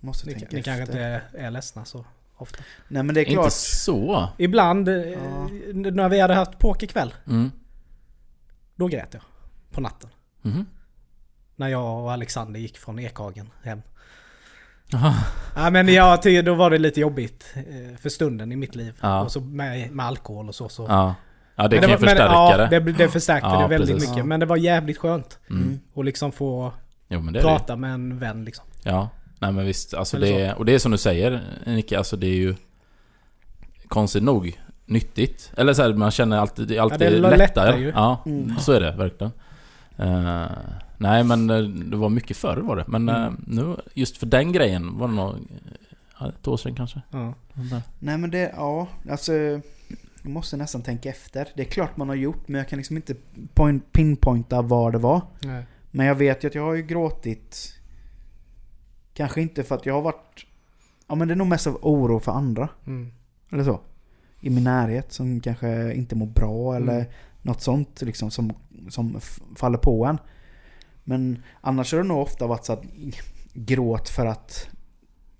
Måste Ni, tänka ni kanske efter. inte är ledsna så ofta. Nej men det är Inte klart. så. Ibland eh, Ja. n- när vi hade haft pokerkväll, Mm. då grät jag. På natten. Mhm. När jag och Alexander gick från Ekhagen hem. Ja, men jag tyckte då var det lite jobbigt eh, för stunden i mitt liv. Ja. Och så med, med alkohol och så. så. Ja. ja, det Men kan ju var- men förstärka ja, det. det. Det förstärkte Ja, det väldigt precis. mycket. Men det var jävligt skönt. Mm. Och liksom få Jo, men det är det. prata med en vän liksom. Ja, nej men visst. Alltså Eller det, och det är som du säger Nicke, alltså det är ju konstigt nog nyttigt. Eller så här, man känner alltid, det är alltid det är lättare. lättare ju. Ja, Mm. så är det verkligen. Eh, nej men eh, det var mycket förr var det. Men eh, nu, just för den grejen var det nog ja, ett år sedan kanske. Ja. Nej men det, ja. Alltså. Jag måste nästan tänka efter. Det är klart man har gjort men jag kan liksom inte point, pinpointa vad det var. Nej. Men jag vet ju att jag har ju gråtit. Kanske inte för att jag har varit... Ja men det är nog mest av oro för andra. Mm. Eller så. I min närhet som kanske inte mår bra eller Mm. något sånt liksom som, som f- faller på en. Men annars har det nog ofta varit så att gråt för att...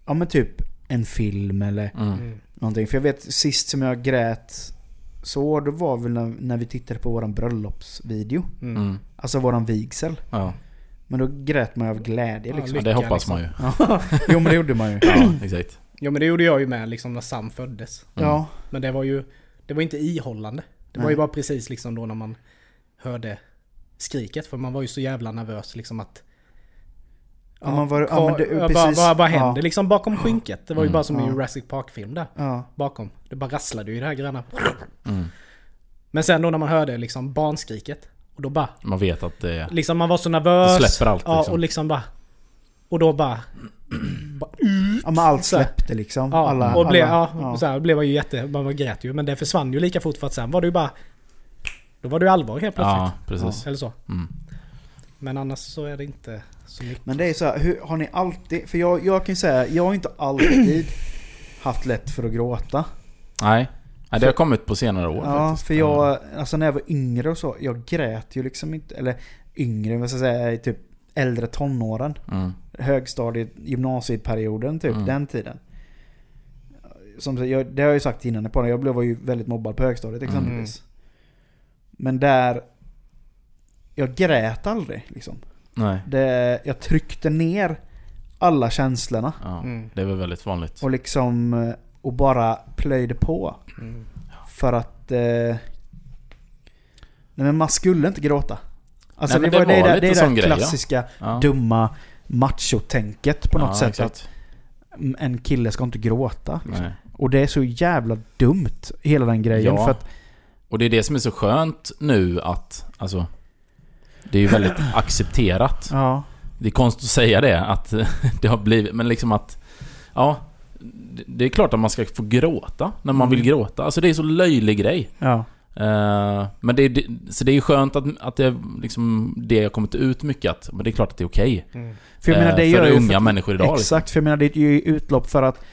Ja men typ en film eller Mm. Mm. någonting. För jag vet sist som jag grät så då var väl när, när vi tittade på våran bröllopsvideo. Mm. Mm. Alltså våran vigsel. Ja. Men då grät man ju av glädje Ja, liksom. ja, det Lycka, hoppas liksom. man ju. jo men det gjorde man ju. Ja, exakt. Ja men det gjorde jag ju med liksom när Sam föddes. Ja. Men det var ju Det var inte ihållande. Det var Nej. ju bara precis liksom då när man hörde skriket. För man var ju så jävla nervös liksom att... Ja, man var- ja, kvar- men det- ja, precis. bara, bara, bara Ja. Mm, händer liksom bakom skynket. Det var ju bara som i Ja. Jurassic Park-film där. Ja. Bakom. Det bara rasslade ju i det här gröna. Mm. Men sen då när man hörde liksom barnskriket. Och då bara... Man vet att det är... Liksom man var så nervös. Det släpper allt, Ja liksom. och liksom bara... Och då bara... Ja men allt Så här. släppte liksom. Ja, alla, och blev, alla, ja, Så här, blev man ju jätte... Man grät ju. Men det försvann ju lika fort för att sen var det ju bara... Då var det ju allvar helt plötsligt. Ja, precis. Eller så. Mm. Men annars så är det inte så mycket. Men det är så här, hur, har ni alltid... För jag, jag kan ju säga, jag har inte alltid haft lätt för att gråta. Nej. nej, det har kommit på senare år Ja, faktiskt. för jag, alltså när jag var yngre och så, jag grät ju liksom inte. Eller yngre, vad ska jag säga, i typ äldre tonåren. Mm. Högstadiet, gymnasieperioden typ, Mm. den tiden. Som sagt, jag, det har jag ju sagt innan på jag blev ju väldigt mobbad på högstadiet Mm. exempelvis. Men där... Jag grät aldrig liksom. Nej. Det, jag tryckte ner alla känslorna. Ja, Mm. det är väl väldigt vanligt. Och liksom... eh, Och bara plöjde på. Mm. För att... Eh, nej men man skulle inte gråta. Alltså Nej, men det, var, det det, var är det, lite det, är sån det grej, ja. klassiska Ja. dumma machotänket på något Ja, sätt. exakt. Att mm, en kille ska inte gråta. Liksom. Nej. Och det är så jävla dumt, hela den grejen. Ja. För att, Och det är det som är så skönt nu att, alltså, det är ju väldigt accepterat. ja. Det är konstigt att säga det, att det har blivit, men liksom att, ja, det- det är klart att man ska få gråta när man Mm. vill gråta. Alltså det är så löjlig grej. Ja. Eh, men det är, det- så det är ju skönt att, att det, liksom, det har kommit ut mycket att, men det är klart att det är okej. För jag Eh, menar det för gör ju... unga människor idag. liksom. Exakt, för jag menar det är ju utlopp för att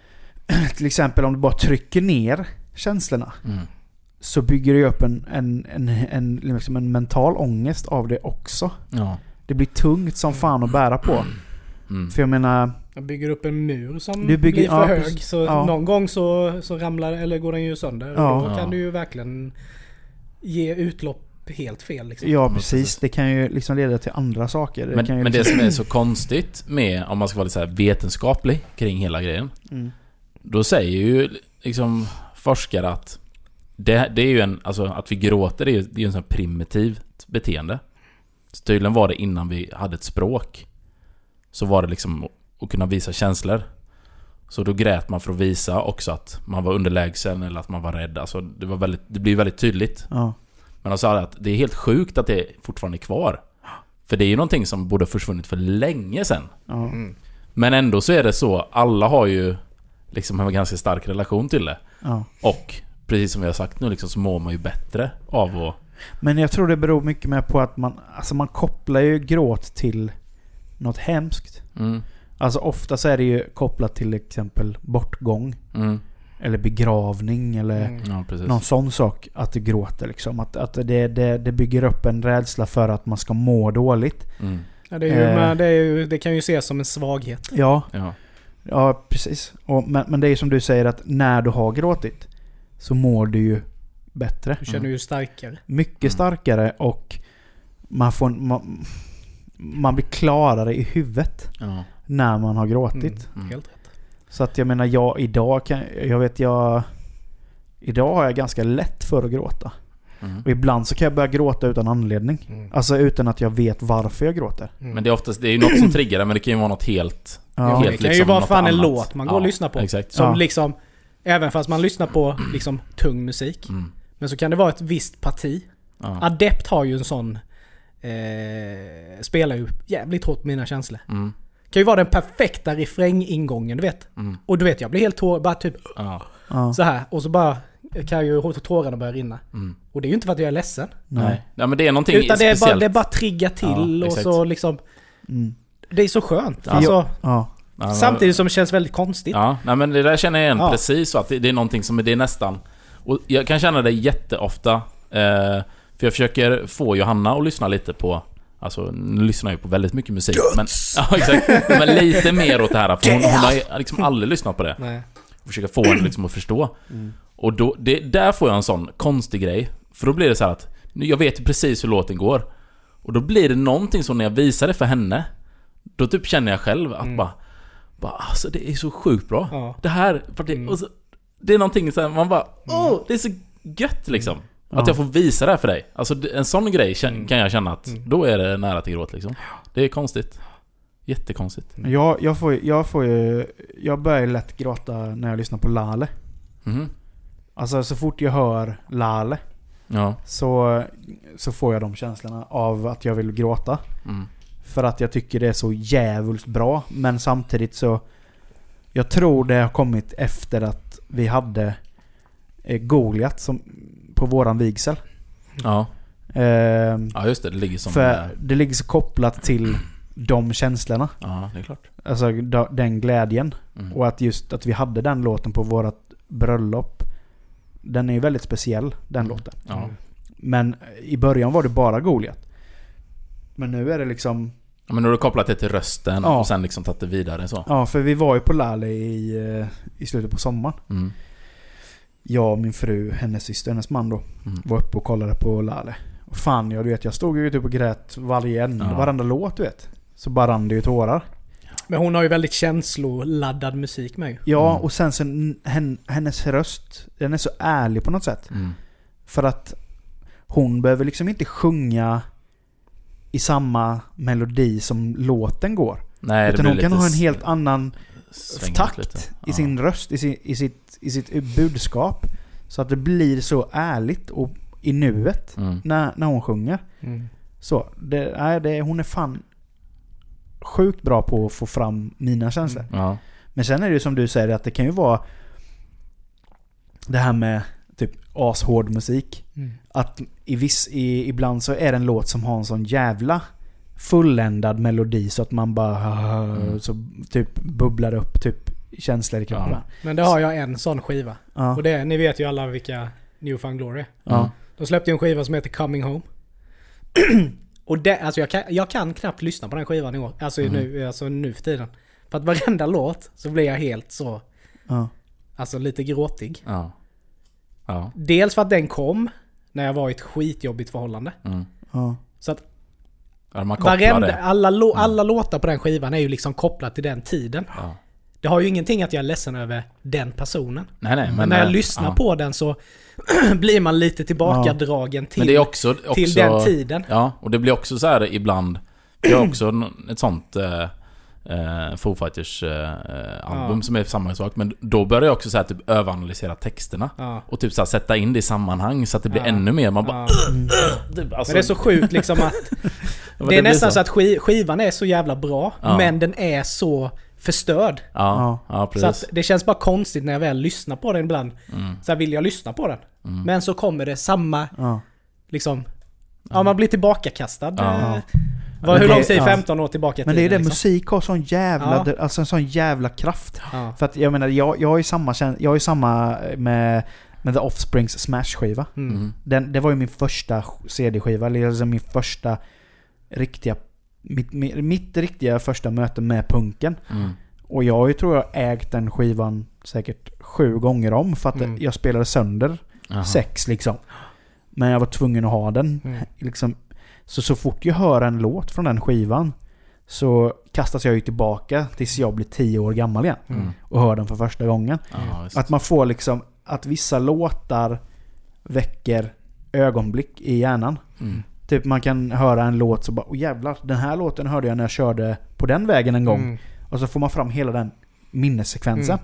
till exempel om du bara trycker ner känslorna Mm. så bygger det ju upp en, en, en, en, liksom en mental ångest av det också. Ja. Det blir tungt som fan att bära på. Mm. För jag menar, Jag bygger upp en mur som Du bygger- blir för ja, hög. precis. Så Ja. någon gång så, så ramlar eller går den ju sönder. Ja. Och då Ja. kan du ju verkligen ge utlopp helt fel liksom. ja men precis, precis. det kan ju liksom leda till andra saker. Det Men, kan ju men det liksom, som är så konstigt med, om man ska vara lite så här vetenskaplig kring hela grejen. Mm. Då säger ju liksom forskare att det, det är ju en, alltså att vi gråter det är ju det är ju en sån här primitivt beteende. Så tydligen var det innan vi hade ett språk. Så var det liksom att- att kunna visa känslor. Så då grät man för att visa också att man var underlägsen eller att man var rädd. Alltså det, var väldigt, det blir väldigt tydligt. ja. Men han sa att det är helt sjukt att det fortfarande är kvar. För det är ju någonting som borde ha försvunnit för länge sedan. Ja. Mm. Men ändå så är det så, alla har ju liksom en ganska stark relation till det. Ja. Och precis som vi har sagt nu liksom, så mår man ju bättre av att... Men jag tror det beror mycket mer på att man, alltså man kopplar ju gråt till något hemskt. Mm, Alltså ofta så är det ju kopplat till exempel bortgång. mm, Eller begravning eller Mm. ja, precis. någon sån sak. Att det gråter liksom. Att, att det, det, det bygger upp en rädsla för att man ska må dåligt. Mm, Ja, det, är ju, Eh. men det, är ju, det kan ju ses som en svaghet. Ja, ja. ja precis. Och, men, men det är som du säger att när du har gråtit så mår du ju bättre. Du känner Mm. ju starkare. Mycket starkare och man får... en- Man, man blir klarare i huvudet ja. när man har gråtit. Mm. Mm. Helt rätt. Så att jag menar, jag idag kan... Jag vet jag... Idag har jag ganska lätt för att gråta. Mm. Och ibland så kan jag börja gråta utan anledning. Mm. Alltså utan att jag vet varför jag gråter. Men det är oftast, det är ju något som triggar det, men det kan ju vara något helt... liksom Ja, Ja, det kan ju vara något fan en annat. låt man går och lyssnar på. Exakt. Som Ja. liksom, även fast man lyssnar på liksom tung musik. Mm. Men så kan det vara ett visst parti. Ja. Adept har ju en sån... Eh, spelar ju jävligt hårt på mina känslor. Mm. Kan ju vara den perfekta refrängingången, du vet. Mm. Och du vet, jag blir helt tår, bara typ Ja. ja, så här Och så bara kan ju hå- tårarna börja rinna. Mm. Och det är ju inte för att jag är ledsen. nej. Nej men det är någonting Utan det är, bara, speciellt. det är bara trigga till och Ja, exakt. så liksom... Mm. Det är så skönt. Alltså, Ja. Ja, men- samtidigt som det känns väldigt konstigt. Ja, nej, men det där känner jag igen Ja. precis. så Att det, det är någonting som det är nästan... Och jag kan känna det jätteofta. Eh, för jag försöker få Johanna att lyssna lite på... Alltså, nu lyssnar jag ju på väldigt mycket musik. Men, ja, exakt. Men lite mer åt det här. För hon, hon har ju liksom aldrig lyssnat på det. Nej. Mm. Och försöka få henne liksom att förstå. Och då, det, där får jag en sån konstig grej. För då blir det så här att, nu, jag vet ju precis hur låten går. Och då blir det någonting som när jag visar det för henne, då typ känner jag själv Mm. att bara, bara, alltså det är så sjukt bra. Ja. Det här, för Mm. det, och så, det är någonting så här, man bara, åh, det är så gött liksom. Att jag får visa det här för dig. Alltså det- en sån grej kän- Mm. kan jag känna att, då är det nära till gråt liksom. Det är konstigt. Jättekonstigt. Jag, jag, får, ju- jag får ju... Jag börjar ju lätt gråta när jag lyssnar på Lale. Mm. Mhm. Alltså så fort jag hör Lale Ja. så, så får jag de känslorna av att jag vill gråta. Mm. För att jag tycker det är så jävligt bra. Men samtidigt så... Jag tror det har kommit efter att vi hade eh, Goliat som, på våran vigsel. Ja. Ehm, ja, just det. Det ligger som... eh, för det ligger så kopplat till de känslorna. Ja, det är klart. Alltså da- den glädjen. Mm. Och att just att vi hade den låten på vårt bröllop. Den är ju väldigt speciell, den låten. Ja. Men i början var det bara Goliat. Men nu är det liksom... Ja, Men då har du kopplat det till rösten Ja. och sen liksom tagit det vidare så. Ja, för vi var ju på Lale i, eh, i slutet på sommaren. Mm. Jag och min fru, hennes syster, hennes man då. Mm. Var uppe och kollade på Lale. Och fan, jag, du vet, jag stod ju typ och grät varje, Ja. varenda låt du vet. Så bara rann det ju tårar. Men hon har ju väldigt känsloladdad musik med ju. Ja, Mm. och sen så n- hen, hennes röst, den är så ärlig på något sätt. Mm. För att hon behöver liksom inte sjunga i samma melodi som låten går. Nej, utan blir hon kan lite ha en helt annan svängigt takt lite. i sin röst, i, sin, i, sitt, i sitt budskap. Så att det blir så ärligt och i nuet Ja. Mm. när, när hon sjunger. Så, det, nej, det, hon är fan sjukt bra på att få fram mina känslor. Ja. Men sen är det ju som du säger att det kan ju vara det här med typ ashård musik. Mm. Att i viss, i, ibland så är det en låt som har en sån jävla fulländad melodi så att man bara... Så typ bubblar upp typ känslor i kroppen. Ja. Men det har jag en sån skiva. Ja. Och det, ni vet ju alla vilka Newfound Glory är. Ja. De släppte ju en skiva som heter Coming Home. och det, alltså jag kan, jag kan knappt lyssna på den skivan i år. Alltså, Mm. nu, alltså nu för tiden. För att varenda låt så blir jag helt så, Ja. alltså lite gråtig. Ja. Ja. Dels för att den kom när jag var i ett skitjobbigt förhållande. Mm. Ja. Så att ja. Man kopplar varenda, det. alla, lå- alla låtar på den skivan är ju liksom kopplat till den tiden. Mm. Ja. Det har ju ingenting att jag är ledsen över den personen. Nej, nej, men, Men när jag eh, lyssnar ja. på den så blir man lite tillbakadragen till, Men det är också, också... till den tiden. Ja, och det blir också så här ibland. Jag har också n- ett sånt eh, eh, Foo Fighters eh, eh, album som är samma sak. Men då börjar jag också så här, typ överanalysera texterna. Ja. Och typ så här, sätta in det i sammanhang så att det blir Ja. ännu mer. Man bara... Ja. Typ, alltså, Men det är så sjukt liksom att men Det är blir nästan så. att ski- skivan är så jävla bra, Ja. men den är så förstörd. Ja, ja Så precis. Mm. att det känns bara konstigt när jag väl lyssnar på den ibland. Så här vill jag lyssna på den. Men så kommer det samma, Ja. liksom... Ja, man blir tillbakakastad. Ja. eh, Vad, hur Men det- långt säger ja. 15 år tillbaka i Men det är ju det, tiden, liksom. musik har sån jävla, Ja. alltså en sån jävla kraft. Ja. För att jag menar, jag, jag har ju samma, käns- jag har ju samma eh, med, med The Offsprings Smash-skiva. Mm. Den, det var ju min första CD-skiva, eller alltså min första riktiga, mitt, mitt, mitt riktiga första möte med punken. Mm. Och jag har ju, tror jag ägt den skivan säkert sju gånger om för att Mm. jag spelade sönder Jaha. sex liksom. Men jag var tvungen att ha den. Mm. Liksom. Så, så fort jag hör en låt från den skivan så kastas jag ju tillbaka tills jag blir tio år gammal igen. Mm. Och hör den för första gången. Ja, visst. Att man får liksom, att vissa låtar väcker ögonblick i hjärnan. Mm. Typ man kan höra en låt så bara, åh jävlar, den här låten hörde jag när jag körde på den vägen en gång. Mm. Och så får man fram hela den minnessekvensen.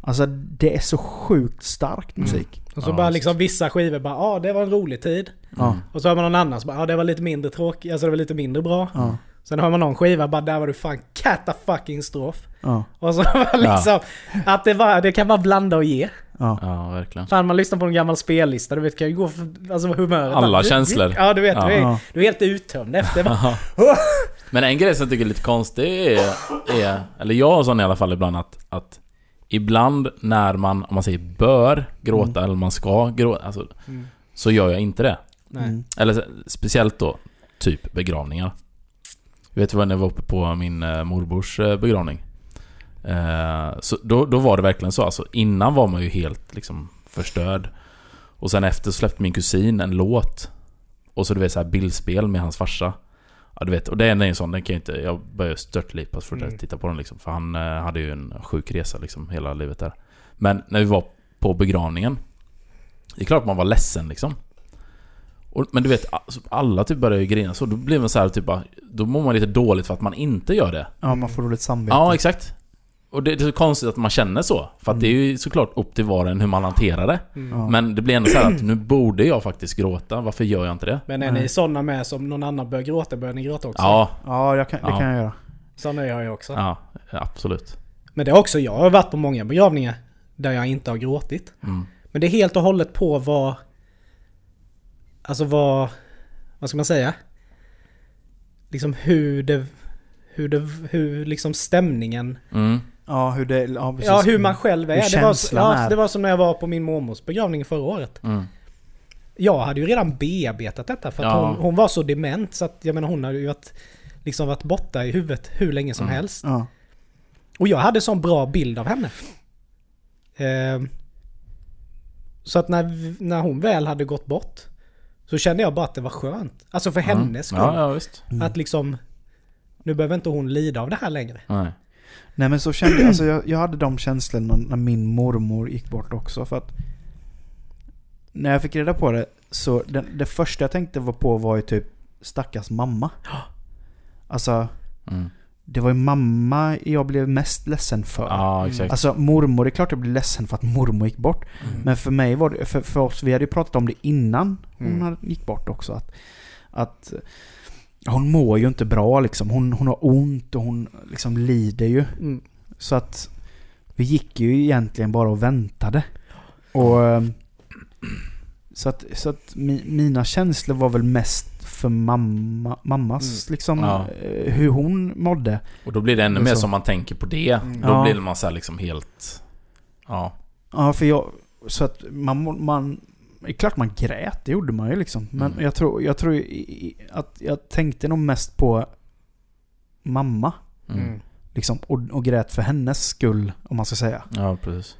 Alltså det är så sjukt starkt Mm. musik. Och så Ja, bara visst. liksom vissa skivor bara, ja ah, det var en rolig tid. Ja. Och så hör man någon annan som bara, ja ah, det var lite mindre tråkigt, alltså det var lite mindre bra. Ja. Sen hör man någon skiva bara, där var du fan katta fucking strof. Ja. Och så liksom, att det, var, det kan vara blanda och ge. Ja. Ja, verkligen. Fan man lyssnar på en gammal spellista, du vet kan ju gå för alltså, humöret. Alla Bara, du- känslor. Ja du vet, Du, Ja. är, du är helt uttömd efter. Bara, Ja. Men en grej som jag tycker är lite konstig är, är eller jag har sån i alla fall ibland att, att ibland när man, om man säger bör gråta eller man ska gråta, alltså, så gör jag inte det. Mm. Nej. Eller så- speciellt då, typ begravningar. Jag vet vad när jag var uppe på min eh, morbrors eh, begravning. Eh, så då, då var det verkligen så. Alltså, innan var man ju helt liksom, förstörd. Och sen efter släppte min kusin en låt. Och så du vet så här bildspel med hans farsa. Ja, du vet, och den är ju sån, den kan jag inte... Jag började störtlipas för att Mm. titta på den liksom. För han eh, hade ju en sjuk resa liksom, hela livet där. Men när vi var på begravningen. Det är klart man var ledsen liksom. Och, men du vet, alltså, alla typ börjar ju grina så. Då blir man så här typ bara, Då mår man lite dåligt för att man inte gör det. ja, man får dåligt samvete. Ja, exakt. Och det, det är så konstigt att man känner så. För att det är ju Mm. såklart upp till var och en hur man hanterar det. Ja. Men det blir ändå så här att nu borde jag faktiskt gråta. Varför gör jag inte det? Men är ni sådana med som någon annan börjar gråta, börjar ni gråta också? Ja, Ja, jag kan, det Ja. kan jag göra. Sådana är jag ju också. ja, absolut. Men det är också, jag har varit på många begravningar där jag inte har gråtit. Mm. Men det är helt och hållet på vad... Alltså vad... Vad ska man säga? Liksom hur det... Hur, det, hur liksom stämningen Mm. Ja, hur det... Ja, precis. Ja, hur man själv är. Hur det, var, ja, känslan är. det var som när jag var på min mormors begravning förra året. Mm. Jag hade ju redan bearbetat detta för att Ja. hon, hon var så dement så att jag menar hon hade ju varit, liksom varit borta i huvudet hur länge Mm. som helst. Ja. Och jag hade sån bra bild av henne. Ehm, så att när, vi- när hon väl hade gått bort så kände jag bara att det var skönt. Alltså för hennes skull. Ja, Mm. ja visst. Att liksom, nu behöver inte hon lida av det här längre. Nej. Nej men så kände jag, alltså jag, jag hade de känslorna när min mormor gick bort också för att När jag fick reda på det så, den, det första jag tänkte var på var ju typ stackars mamma. Alltså, Mm. det var ju mamma jag blev mest ledsen för. Ja, exakt. Mm. Alltså mormor, det är klart jag blev ledsen för att mormor gick bort. Men för mig var det, för, för oss, vi hade ju pratat om det innan hon Mm. hade, gick bort också. Att, att eh, hon mår ju inte bra liksom. Hon, hon har ont och hon liksom lider ju. Mm. Så att vi gick ju egentligen bara och väntade. Och ehm, så att, så att mi, mina känslor var väl mest för mamma, mammas liksom, Mm. Ja. eh, hur hon mådde. Och då blir det ännu Det är mer så. Mm. som man tänker på det. Då Ja. blir man så här liksom helt... Ja. Ja, för jag... Så att man... må- man det är klart man grät, det gjorde man ju liksom. Men Mm. jag tror, jag tror ju i- i- att jag tänkte nog mest på mamma. Mm. Liksom, och, och grät för hennes skull, om man ska säga. Ja, precis.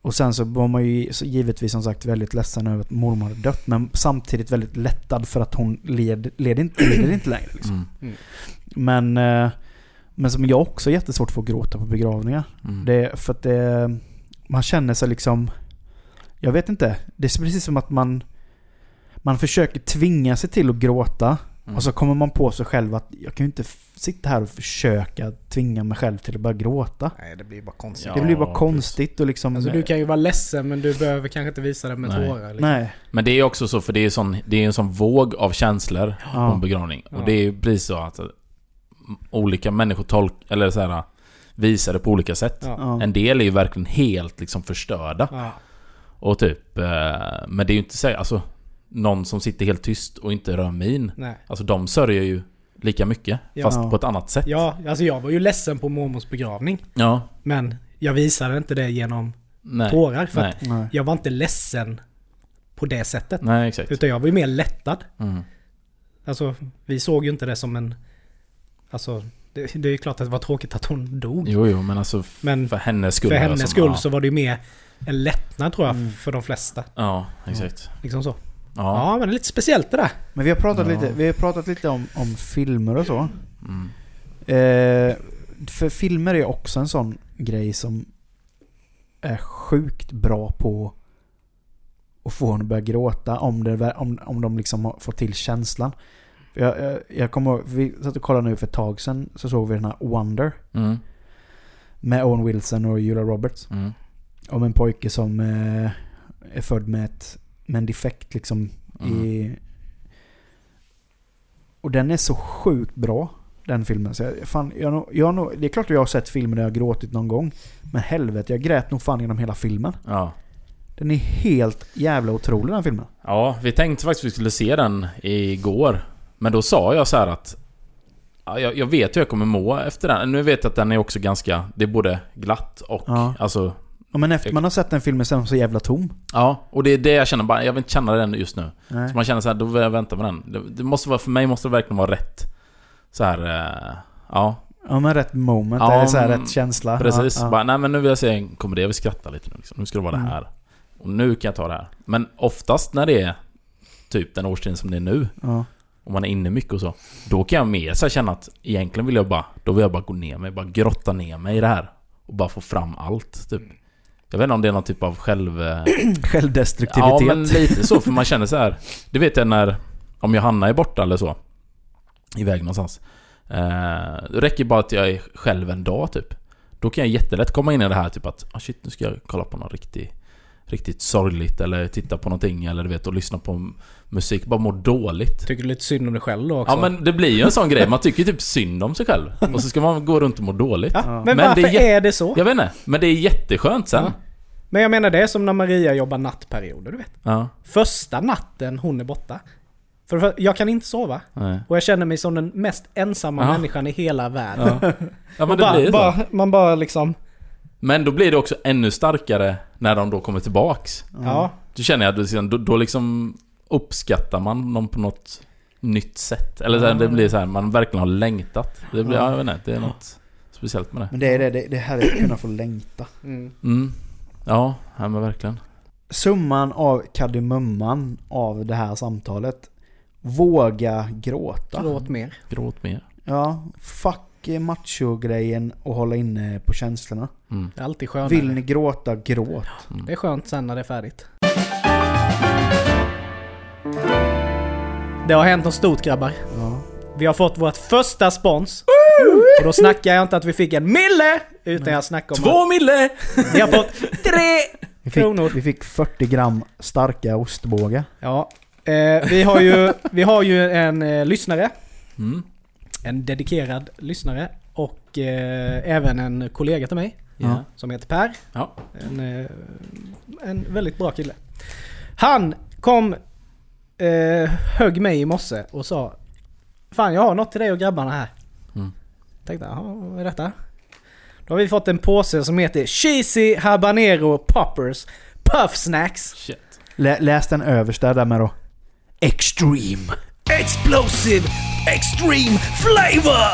Och sen så var man ju så givetvis som sagt väldigt ledsen över att mormor hade dött. Men samtidigt väldigt lättad för att hon led, led inte, lider inte längre. Liksom. Mm. Men, eh, men som jag också har jättesvårt för att gråta på begravningar. Mm. Det, är för att det, man känner sig liksom... Jag vet inte. Det är precis som att man... Man försöker tvinga sig till att gråta. Mm. Och så kommer man på sig själv att jag kan ju inte f- sitta här och försöka tvinga mig själv till att börja gråta. Nej, det blir bara konstigt. Ja, det blir bara precis. konstigt och liksom... Alltså du kan ju vara ledsen men du behöver kanske inte visa det med Nej. tårar. Liksom. Nej. Men det är ju också så, för det är, sån, det är en sån våg av känslor på Ja. en begravning. Ja. Och det är ju precis så att eh, olika människor tolk, eller så här, visar det på olika sätt. Ja. Ja. En del är ju verkligen helt liksom förstörda. Ja. Och typ, eh, men det är ju inte så, alltså, någon som sitter helt tyst och inte rör min. Nej. Alltså de sörjer ju lika mycket, Ja. fast på ett annat sätt. Ja, alltså jag var ju ledsen på mormors begravning. Ja, Men jag visade inte det genom nej. tårar. För nej. att Nej. jag var inte ledsen på det sättet. nej, exakt. Typ. Utan jag var ju mer lättad. Mm. Alltså vi såg ju inte det som en... Alltså det, det är ju klart att det var tråkigt att hon dog. Jo, jo, men alltså f- Men för hennes skull. för alltså, hennes skull ja. så var det ju mer en lättnad tror jag för de flesta. Ja, exakt. Liksom så. Ja. Ja men det är lite speciellt det där. Men vi har pratat Ja. lite, vi har pratat lite om, om filmer och så. Mm. Eh, för filmer är också en sån grej som är sjukt bra på att få henne att börja gråta om, det, ver- om, om de liksom har fått till känslan. Jag, jag, jag kommer ihåg- vi satt och kollade nu för ett tag sedan så såg vi den här Wonder Mm. med Owen Wilson och Julia Roberts. Mm. Om en pojke som eh, är född med, ett, med en defekt liksom Mm. i... Och den är så sjukt bra, den filmen. Så jag, fan, jag, har nog- jag, har nog- det är klart att jag har sett filmer där jag har gråtit någon gång. Men helvete, jag grät nog fan genom hela filmen. Ja. Den är helt jävla otrolig den filmen. Ja, vi tänkte faktiskt att vi skulle se den igår. Men då sa jag så här att... Ja, jag, jag vet hur jag kommer må efter den. Nu vet jag att den är också ganska... Det är både glatt och... Ja. Alltså... Ja, men efter man har sett den filmen så är den så jävla tom. Ja, och det är det jag känner bara. Jag vill inte känna den just nu. Nej. Så man känner så här, då vill jag vänta med den. Det, det måste vara, för mig måste det verkligen vara rätt. Så här... eh, Ja, Ja men rätt moment, Ja, eller så här, men- rätt känsla. precis. Ja, ja. Bara, nej men nu vill jag se en komedi. Jag vill skratta lite nu liksom. Nu ska det vara Mm. det här. Och nu kan jag ta det här. Men oftast när det är typ den årstiden som det är nu. Ja. Om man är inne mycket och så. Då kan jag mer så här känna att egentligen vill jag bara, då vill jag bara gå ner mig, bara grotta ner mig i det här. Och bara få fram allt, typ. Jag vet inte om det är någon typ av själv... eh, Ja, Självdestruktivitet. men lite så, för man känner så här. Det vet jag när, om Johanna är borta eller så. Iväg någonstans. Eh, det räcker bara att jag är själv en dag typ. Då kan jag jättelätt komma in i det här typ att, ah shit nu ska jag kolla på något riktigt, riktigt sorgligt eller titta på någonting eller du vet och lyssna på m- musik. Bara må dåligt. Tycker du lite synd om dig själv då också? Ja men det blir ju en sån grej, man tycker typ synd om sig själv. Och så ska man gå runt och må dåligt. Ja, men, Men det är varför är, jätte- det så? Jag vet inte, men det är jätteskönt sen. Ja. Men jag menar det är som när Maria jobbar nattperioder du vet. Ja. Första natten hon är borta. För, för jag kan inte sova. Nej. Och jag känner mig som den mest ensamma Ja. människan i hela världen. Ja. ja men det blir bara, ju så. bara, man bara liksom... Men då blir det också ännu starkare när de då kommer tillbaks. Ja. Då känner jag att liksom- då, då liksom uppskattar man dem på något nytt sätt. Eller så här, det blir så här, man verkligen har längtat. Det blir, ja, jag vet inte, det är något speciellt med det. Men det är det, det, det här är att kunna få längta. Mm. Mm. Ja, ja men verkligen. Summan av kardemumman av det här samtalet. Våga gråta. Gråt mer. Gråt mer. Ja, fuck eh, macho-grejen och hålla inne på känslorna. Mm. Det är alltid skönare. Vill ni gråta, gråt. Det är skönt sen när det är färdigt. Det har hänt något stort grabbar. Ja. Vi har fått vårt första spons. Och då snackar jag inte att vi fick en mille! Utan jag snackar om Två mille! att vi har fått tre Vi, fick, kronor. vi fick 40 gram starka ostbågar. Ja, eh, vi, har ju, vi har ju en eh, lyssnare. Mm. En dedikerad lyssnare. Och eh, även en kollega till mig. Ja. Som heter Per. Ja. En, eh, en väldigt bra kille. Han kom, eh, högg mig i morse och sa Fan jag har något till dig och grabbarna här. Mm. Tänkte jaha vad är detta? Då har vi fått en påse som heter Cheesy Habanero Poppers Puff Snacks Shit. Lä, läs den översta där med då. Extreme. Explosive Extreme Flavor!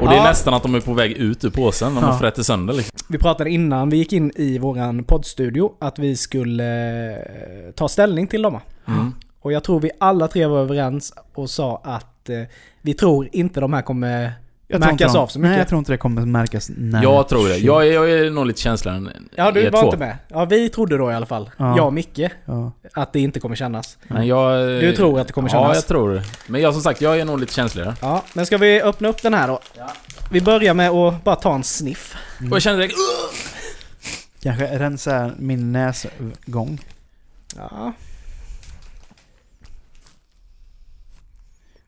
Och det är Ja. nästan att de är på väg ut ur påsen, de Ja. fräter sönder liksom. Vi pratade innan vi gick in i våran poddstudio att vi skulle eh, ta ställning till dem. Mm. Och jag tror vi alla tre var överens och sa att eh, vi tror inte de här kommer Jag tror inte Märkas de- av så mycket. Nej, jag tror inte det kommer märkas. Nej. Jag tror det. Jag, är- jag är nog lite känsligare än Ja, du er var två. inte med. Ja, vi trodde då i alla fall. Ja. Jag och Micke. Ja. Att det inte kommer kännas. Men jag... Du tror att det kommer Ja, kännas? jag tror det. Men jag som sagt, jag är nog lite känsligare. Ja, men ska vi öppna upp den här då? Vi börjar med att bara ta en sniff. Och jag känner direkt... Kanske rensa min näsgång. Ja,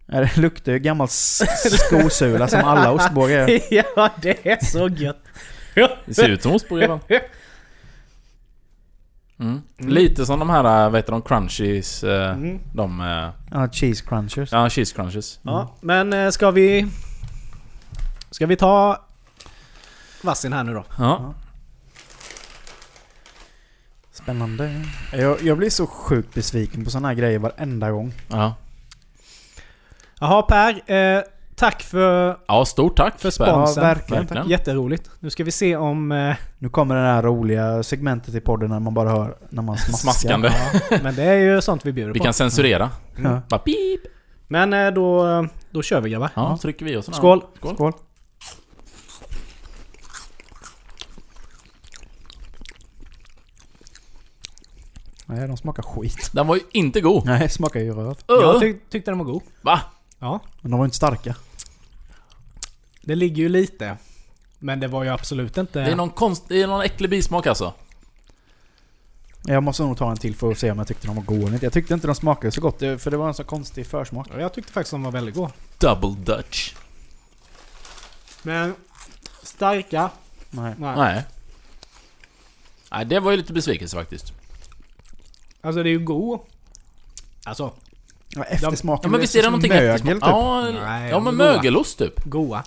Ja, Det luktar ju gammal s- skosula som alla ostbågar gör. ja det är så gött. Det ser ut som ostbågar mm. Lite som de här, äh, vad heter de, crunchies. eh, Mm. De... eh, Ja, cheese crunchers. Ja, cheese crunchies. Ja, men eh, ska vi... Ska vi ta vassin här nu då? Ja. Spännande. Jag, jag blir så sjukt besviken på såna här grejer varenda gång. Ja. Jaha Per, eh, tack för Ja, stort tack för spel. Sponsen. Ja, verkligen. Verkligen. jätteroligt. Nu ska vi se om... Eh, Nu kommer det här roliga segmentet i podden när man bara hör när man smaskar. Smaskande. Mm. men det är ju sånt vi bjuder Vi på. kan censurera. Ja. Bara pip. Men eh, då, då kör vi grabbar. Ja, trycker vi oss. Skål. Skål. Skål. Nej, de smakar skit. Den var ju inte god. Nej, smakar ju röd. Jag Öh, tyck, tyckte den var god. Va? Ja, Men de var inte starka. det ligger ju lite. Men det var ju absolut inte... Det är någon konst... Det är någon äcklig bismak alltså. Jag måste nog ta en till för att se om jag tyckte de var goda eller inte. Jag tyckte inte de smakade så gott, för det var en så konstig försmak. Ja, Jag tyckte faktiskt de var väldigt god. Double Dutch. Men starka? Nej. Nej. Nej. Nej, det var ju lite besvikelse faktiskt. Alltså det är ju god. Alltså, Ja, eftersmaken Ja, men blev visst är det som någonting mögel, eftersmak? typ. Ja, Nej, ja, men goda. mögelost typ. goa.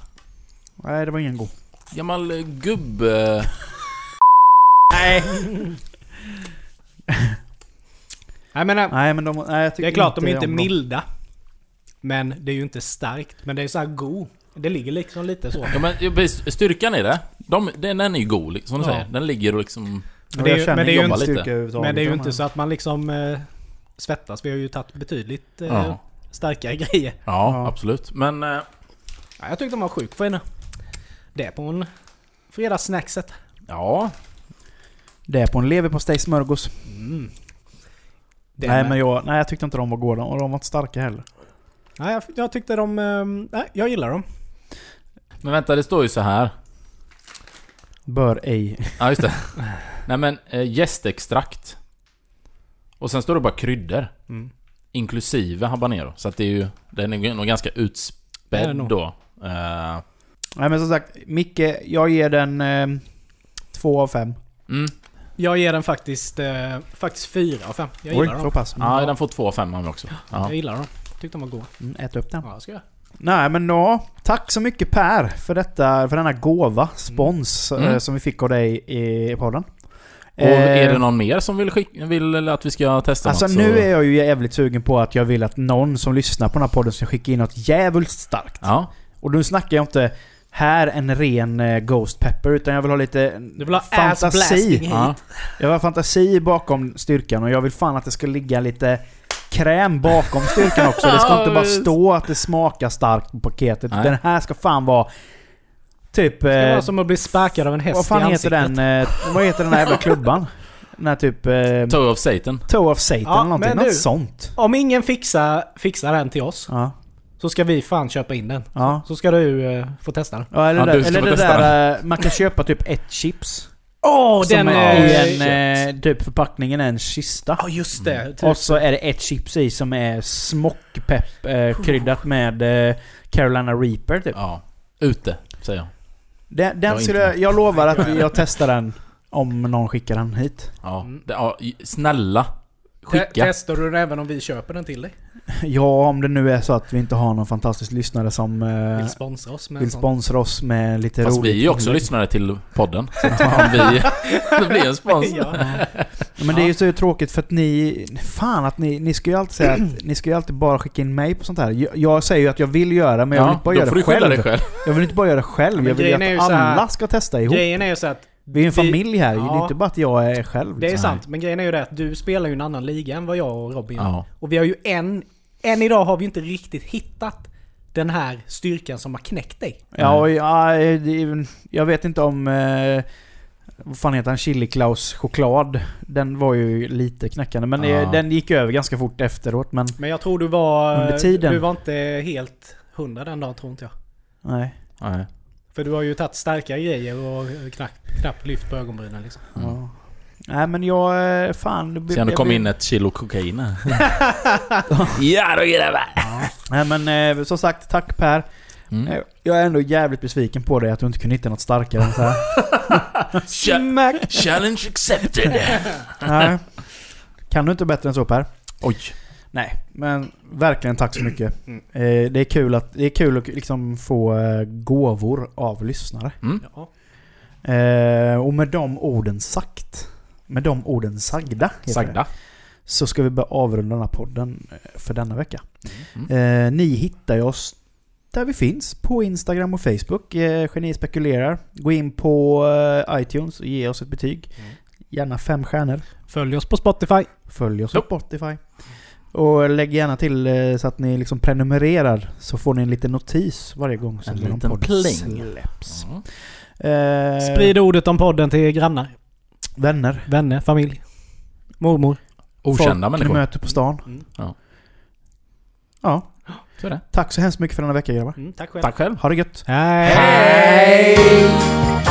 Nej, det var ingen god. Gammal eh, gubb... eh, Nej! Jag menar, Nej, men de... Nej, jag det tycker är klart de är inte inte om dem. milda. Men det är ju inte starkt. Men det är så här god. Det ligger liksom lite så. Ja, men ju, precis, styrkan i det. De, den, den är ju god, liksom, som du Ja. säger. Den ligger och liksom... Ja, det är jag ju- känner men det är ju ingen inte- styrka lite. överhuvudtaget, Men det är ju de inte här. så att man liksom eh, svettas. Vi har ju tagit betydligt eh, Ja. starkare grejer. Ja, Ja. absolut. Men... eh, Ja, jag tyckte de var sjukt fina. Det är på en fredagssnackset. Ja. Det är på en leverpastejsmörgås. Mm. Det Nej, med. men jag... Nej, jag tyckte inte de var goda och de var inte starka heller. Nej, jag, jag tyckte de... ehm, nej, jag gillar dem. Men vänta, det står ju så här. Bör ej. Ja, just det. Nej men, eh, jästextrakt. Och sen står det bara kryddor. Mm. Inklusive habanero. Så att det är ju... Den är nog ganska Det är utspädd det nog. då. Eh, Nej, men som sagt. Micke, jag ger den... Eh, två av fem. mm. Jag ger den faktiskt, eh, faktiskt fyra av fem. Jag gillar så dem. pass. Ja, den får två av fem av mig också. Ja. Jag gillar dem. Tyckte de var goda. Mm, ät upp den. Ja, jag ska jag. Nej men ja, tack så mycket Per för, detta, för denna gåva, spons, Mm. eh, som vi fick av dig i, i podden. Eh, Och är det någon mer som vill, skicka, vill att vi ska testa Alltså något nu är jag ju jävligt sugen på att jag vill att någon som lyssnar på den här podden ska skicka in något jävligt starkt. Ja. Och nu snackar jag inte här en ren eh, Ghost Pepper, utan jag vill ha lite Du vill ha fantasi. ass-blasting ja. Jag vill ha fantasi bakom styrkan och jag vill fan att det ska ligga lite kräm bakom styrkan också. Det ska inte bara stå att det smakar starkt på paketet. Nej. Den här ska fan vara... Typ... Det eh, var som att bli sparkad av en häst vad fan i heter ansiktet. den? eh, Vad heter den här jävla klubban? Den här typ... Eh, Toe of Satan. Toe of Satan Ja, eller någonting. men Något du- sånt. Om ingen fixar, fixar den till oss Ja. så ska vi fan köpa in den. Ja. Så ska du eh, få testa den. ja eller Ja, det- du ska eller få det testa där... eh, Man kan köpa typ ett chips. Åh, som är eh, i en... eh, Typ förpackningen är en kista. Ja, just det. Typ. Och så är det ett chips i som är smockpepp eh, kryddat med eh, Carolina Reaper typ. Ja. Ute, säger jag. Den, Jag är den inte skulle, med. jag, jag lovar att jag testar den om någon skickar den hit. Ja. Mm. Det, ja i- snälla. Te- Skicka. Testar du den även om vi köper den till dig? Ja, om det nu är så att vi inte har någon fantastisk lyssnare som eh, Vill sponsra oss med en vill sån. sponsra oss med lite Fast vi är ju också inlägg. lyssnare till podden. Så att om vi... Det blir en spons. Men det är ju så tråkigt för att ni... Fan att ni... Ni ska ju alltid säga att... Ni ska ju alltid bara skicka in mig på sånt här. Jag, jag säger ju att jag vill göra men jag vill inte bara då göra får du det skylla dig själv. själv. Jag vill inte bara göra det själv. Men Jag vill grejen är ju ju att så här- alla ska testa ihop. Grejen är ju så att... Vi är ju en vi- familj här. Det är Ja. inte bara att jag är själv. Det är liksom. sant, men grejen är ju det att du spelar ju en annan liga än vad jag och Robin gör. Ja. Och vi har ju en... Än idag har vi ju inte riktigt hittat den här styrkan som har knäckt dig. Ja, och ja, det- jag vet inte om... Eh, vad fan heter han? Chili Klaus choklad. Den var ju lite knäckande. Men eh, Ja. den gick över ganska fort efteråt. Men Men jag tror du var... Under tiden. Du var inte helt hundra den dagen tror inte jag. nej. Nej. För du har ju tagit starkare grejer och knappt, knappt lyft på ögonbrynen liksom. Mm. Ja. Nej men jag... eh, Fan. det blev- Sen det jag kom blev- in ett kilo kokain här. ja då grabbar! Nej men eh, som sagt, tack Per. Mm. Eh, Jag är ändå jävligt besviken på dig att du inte kunde hitta något starkare än så här. Cha- Smack! Challenge accepted! Nej. Kan du inte bättre än så Per? Oj. Nej, men verkligen tack så mycket. Eh, det, är kul att, det är kul att liksom få eh, gåvor av lyssnare. Mm. Ja. Eh, och med de orden sagt. Med de orden sagda. heter Det, Sagda. så ska vi börja avrunda den här podden eh, för denna vecka. Mm. Eh, ni hittar ju oss där vi finns. På Instagram och Facebook. Eh, Geni spekulerar. Gå in på eh, iTunes och ge oss ett betyg. Mm. Gärna fem stjärnor. Följ oss på Spotify. Följ oss på Spotify. Och lägg gärna till eh, så att ni liksom prenumererar så får ni en liten notis varje gång som En någon liten podd pling. släpps. Mm. Eh, Sprid ordet om podden till grannar, vänner. vänner, familj, mormor. Okända folk ni människor. möter på stan. Mm. Ja. Ja, Så är det. mm, tack så hemskt mycket för denna vecka grabbar. tack själv. Tack själv. Ha det gött! Hej! Hej!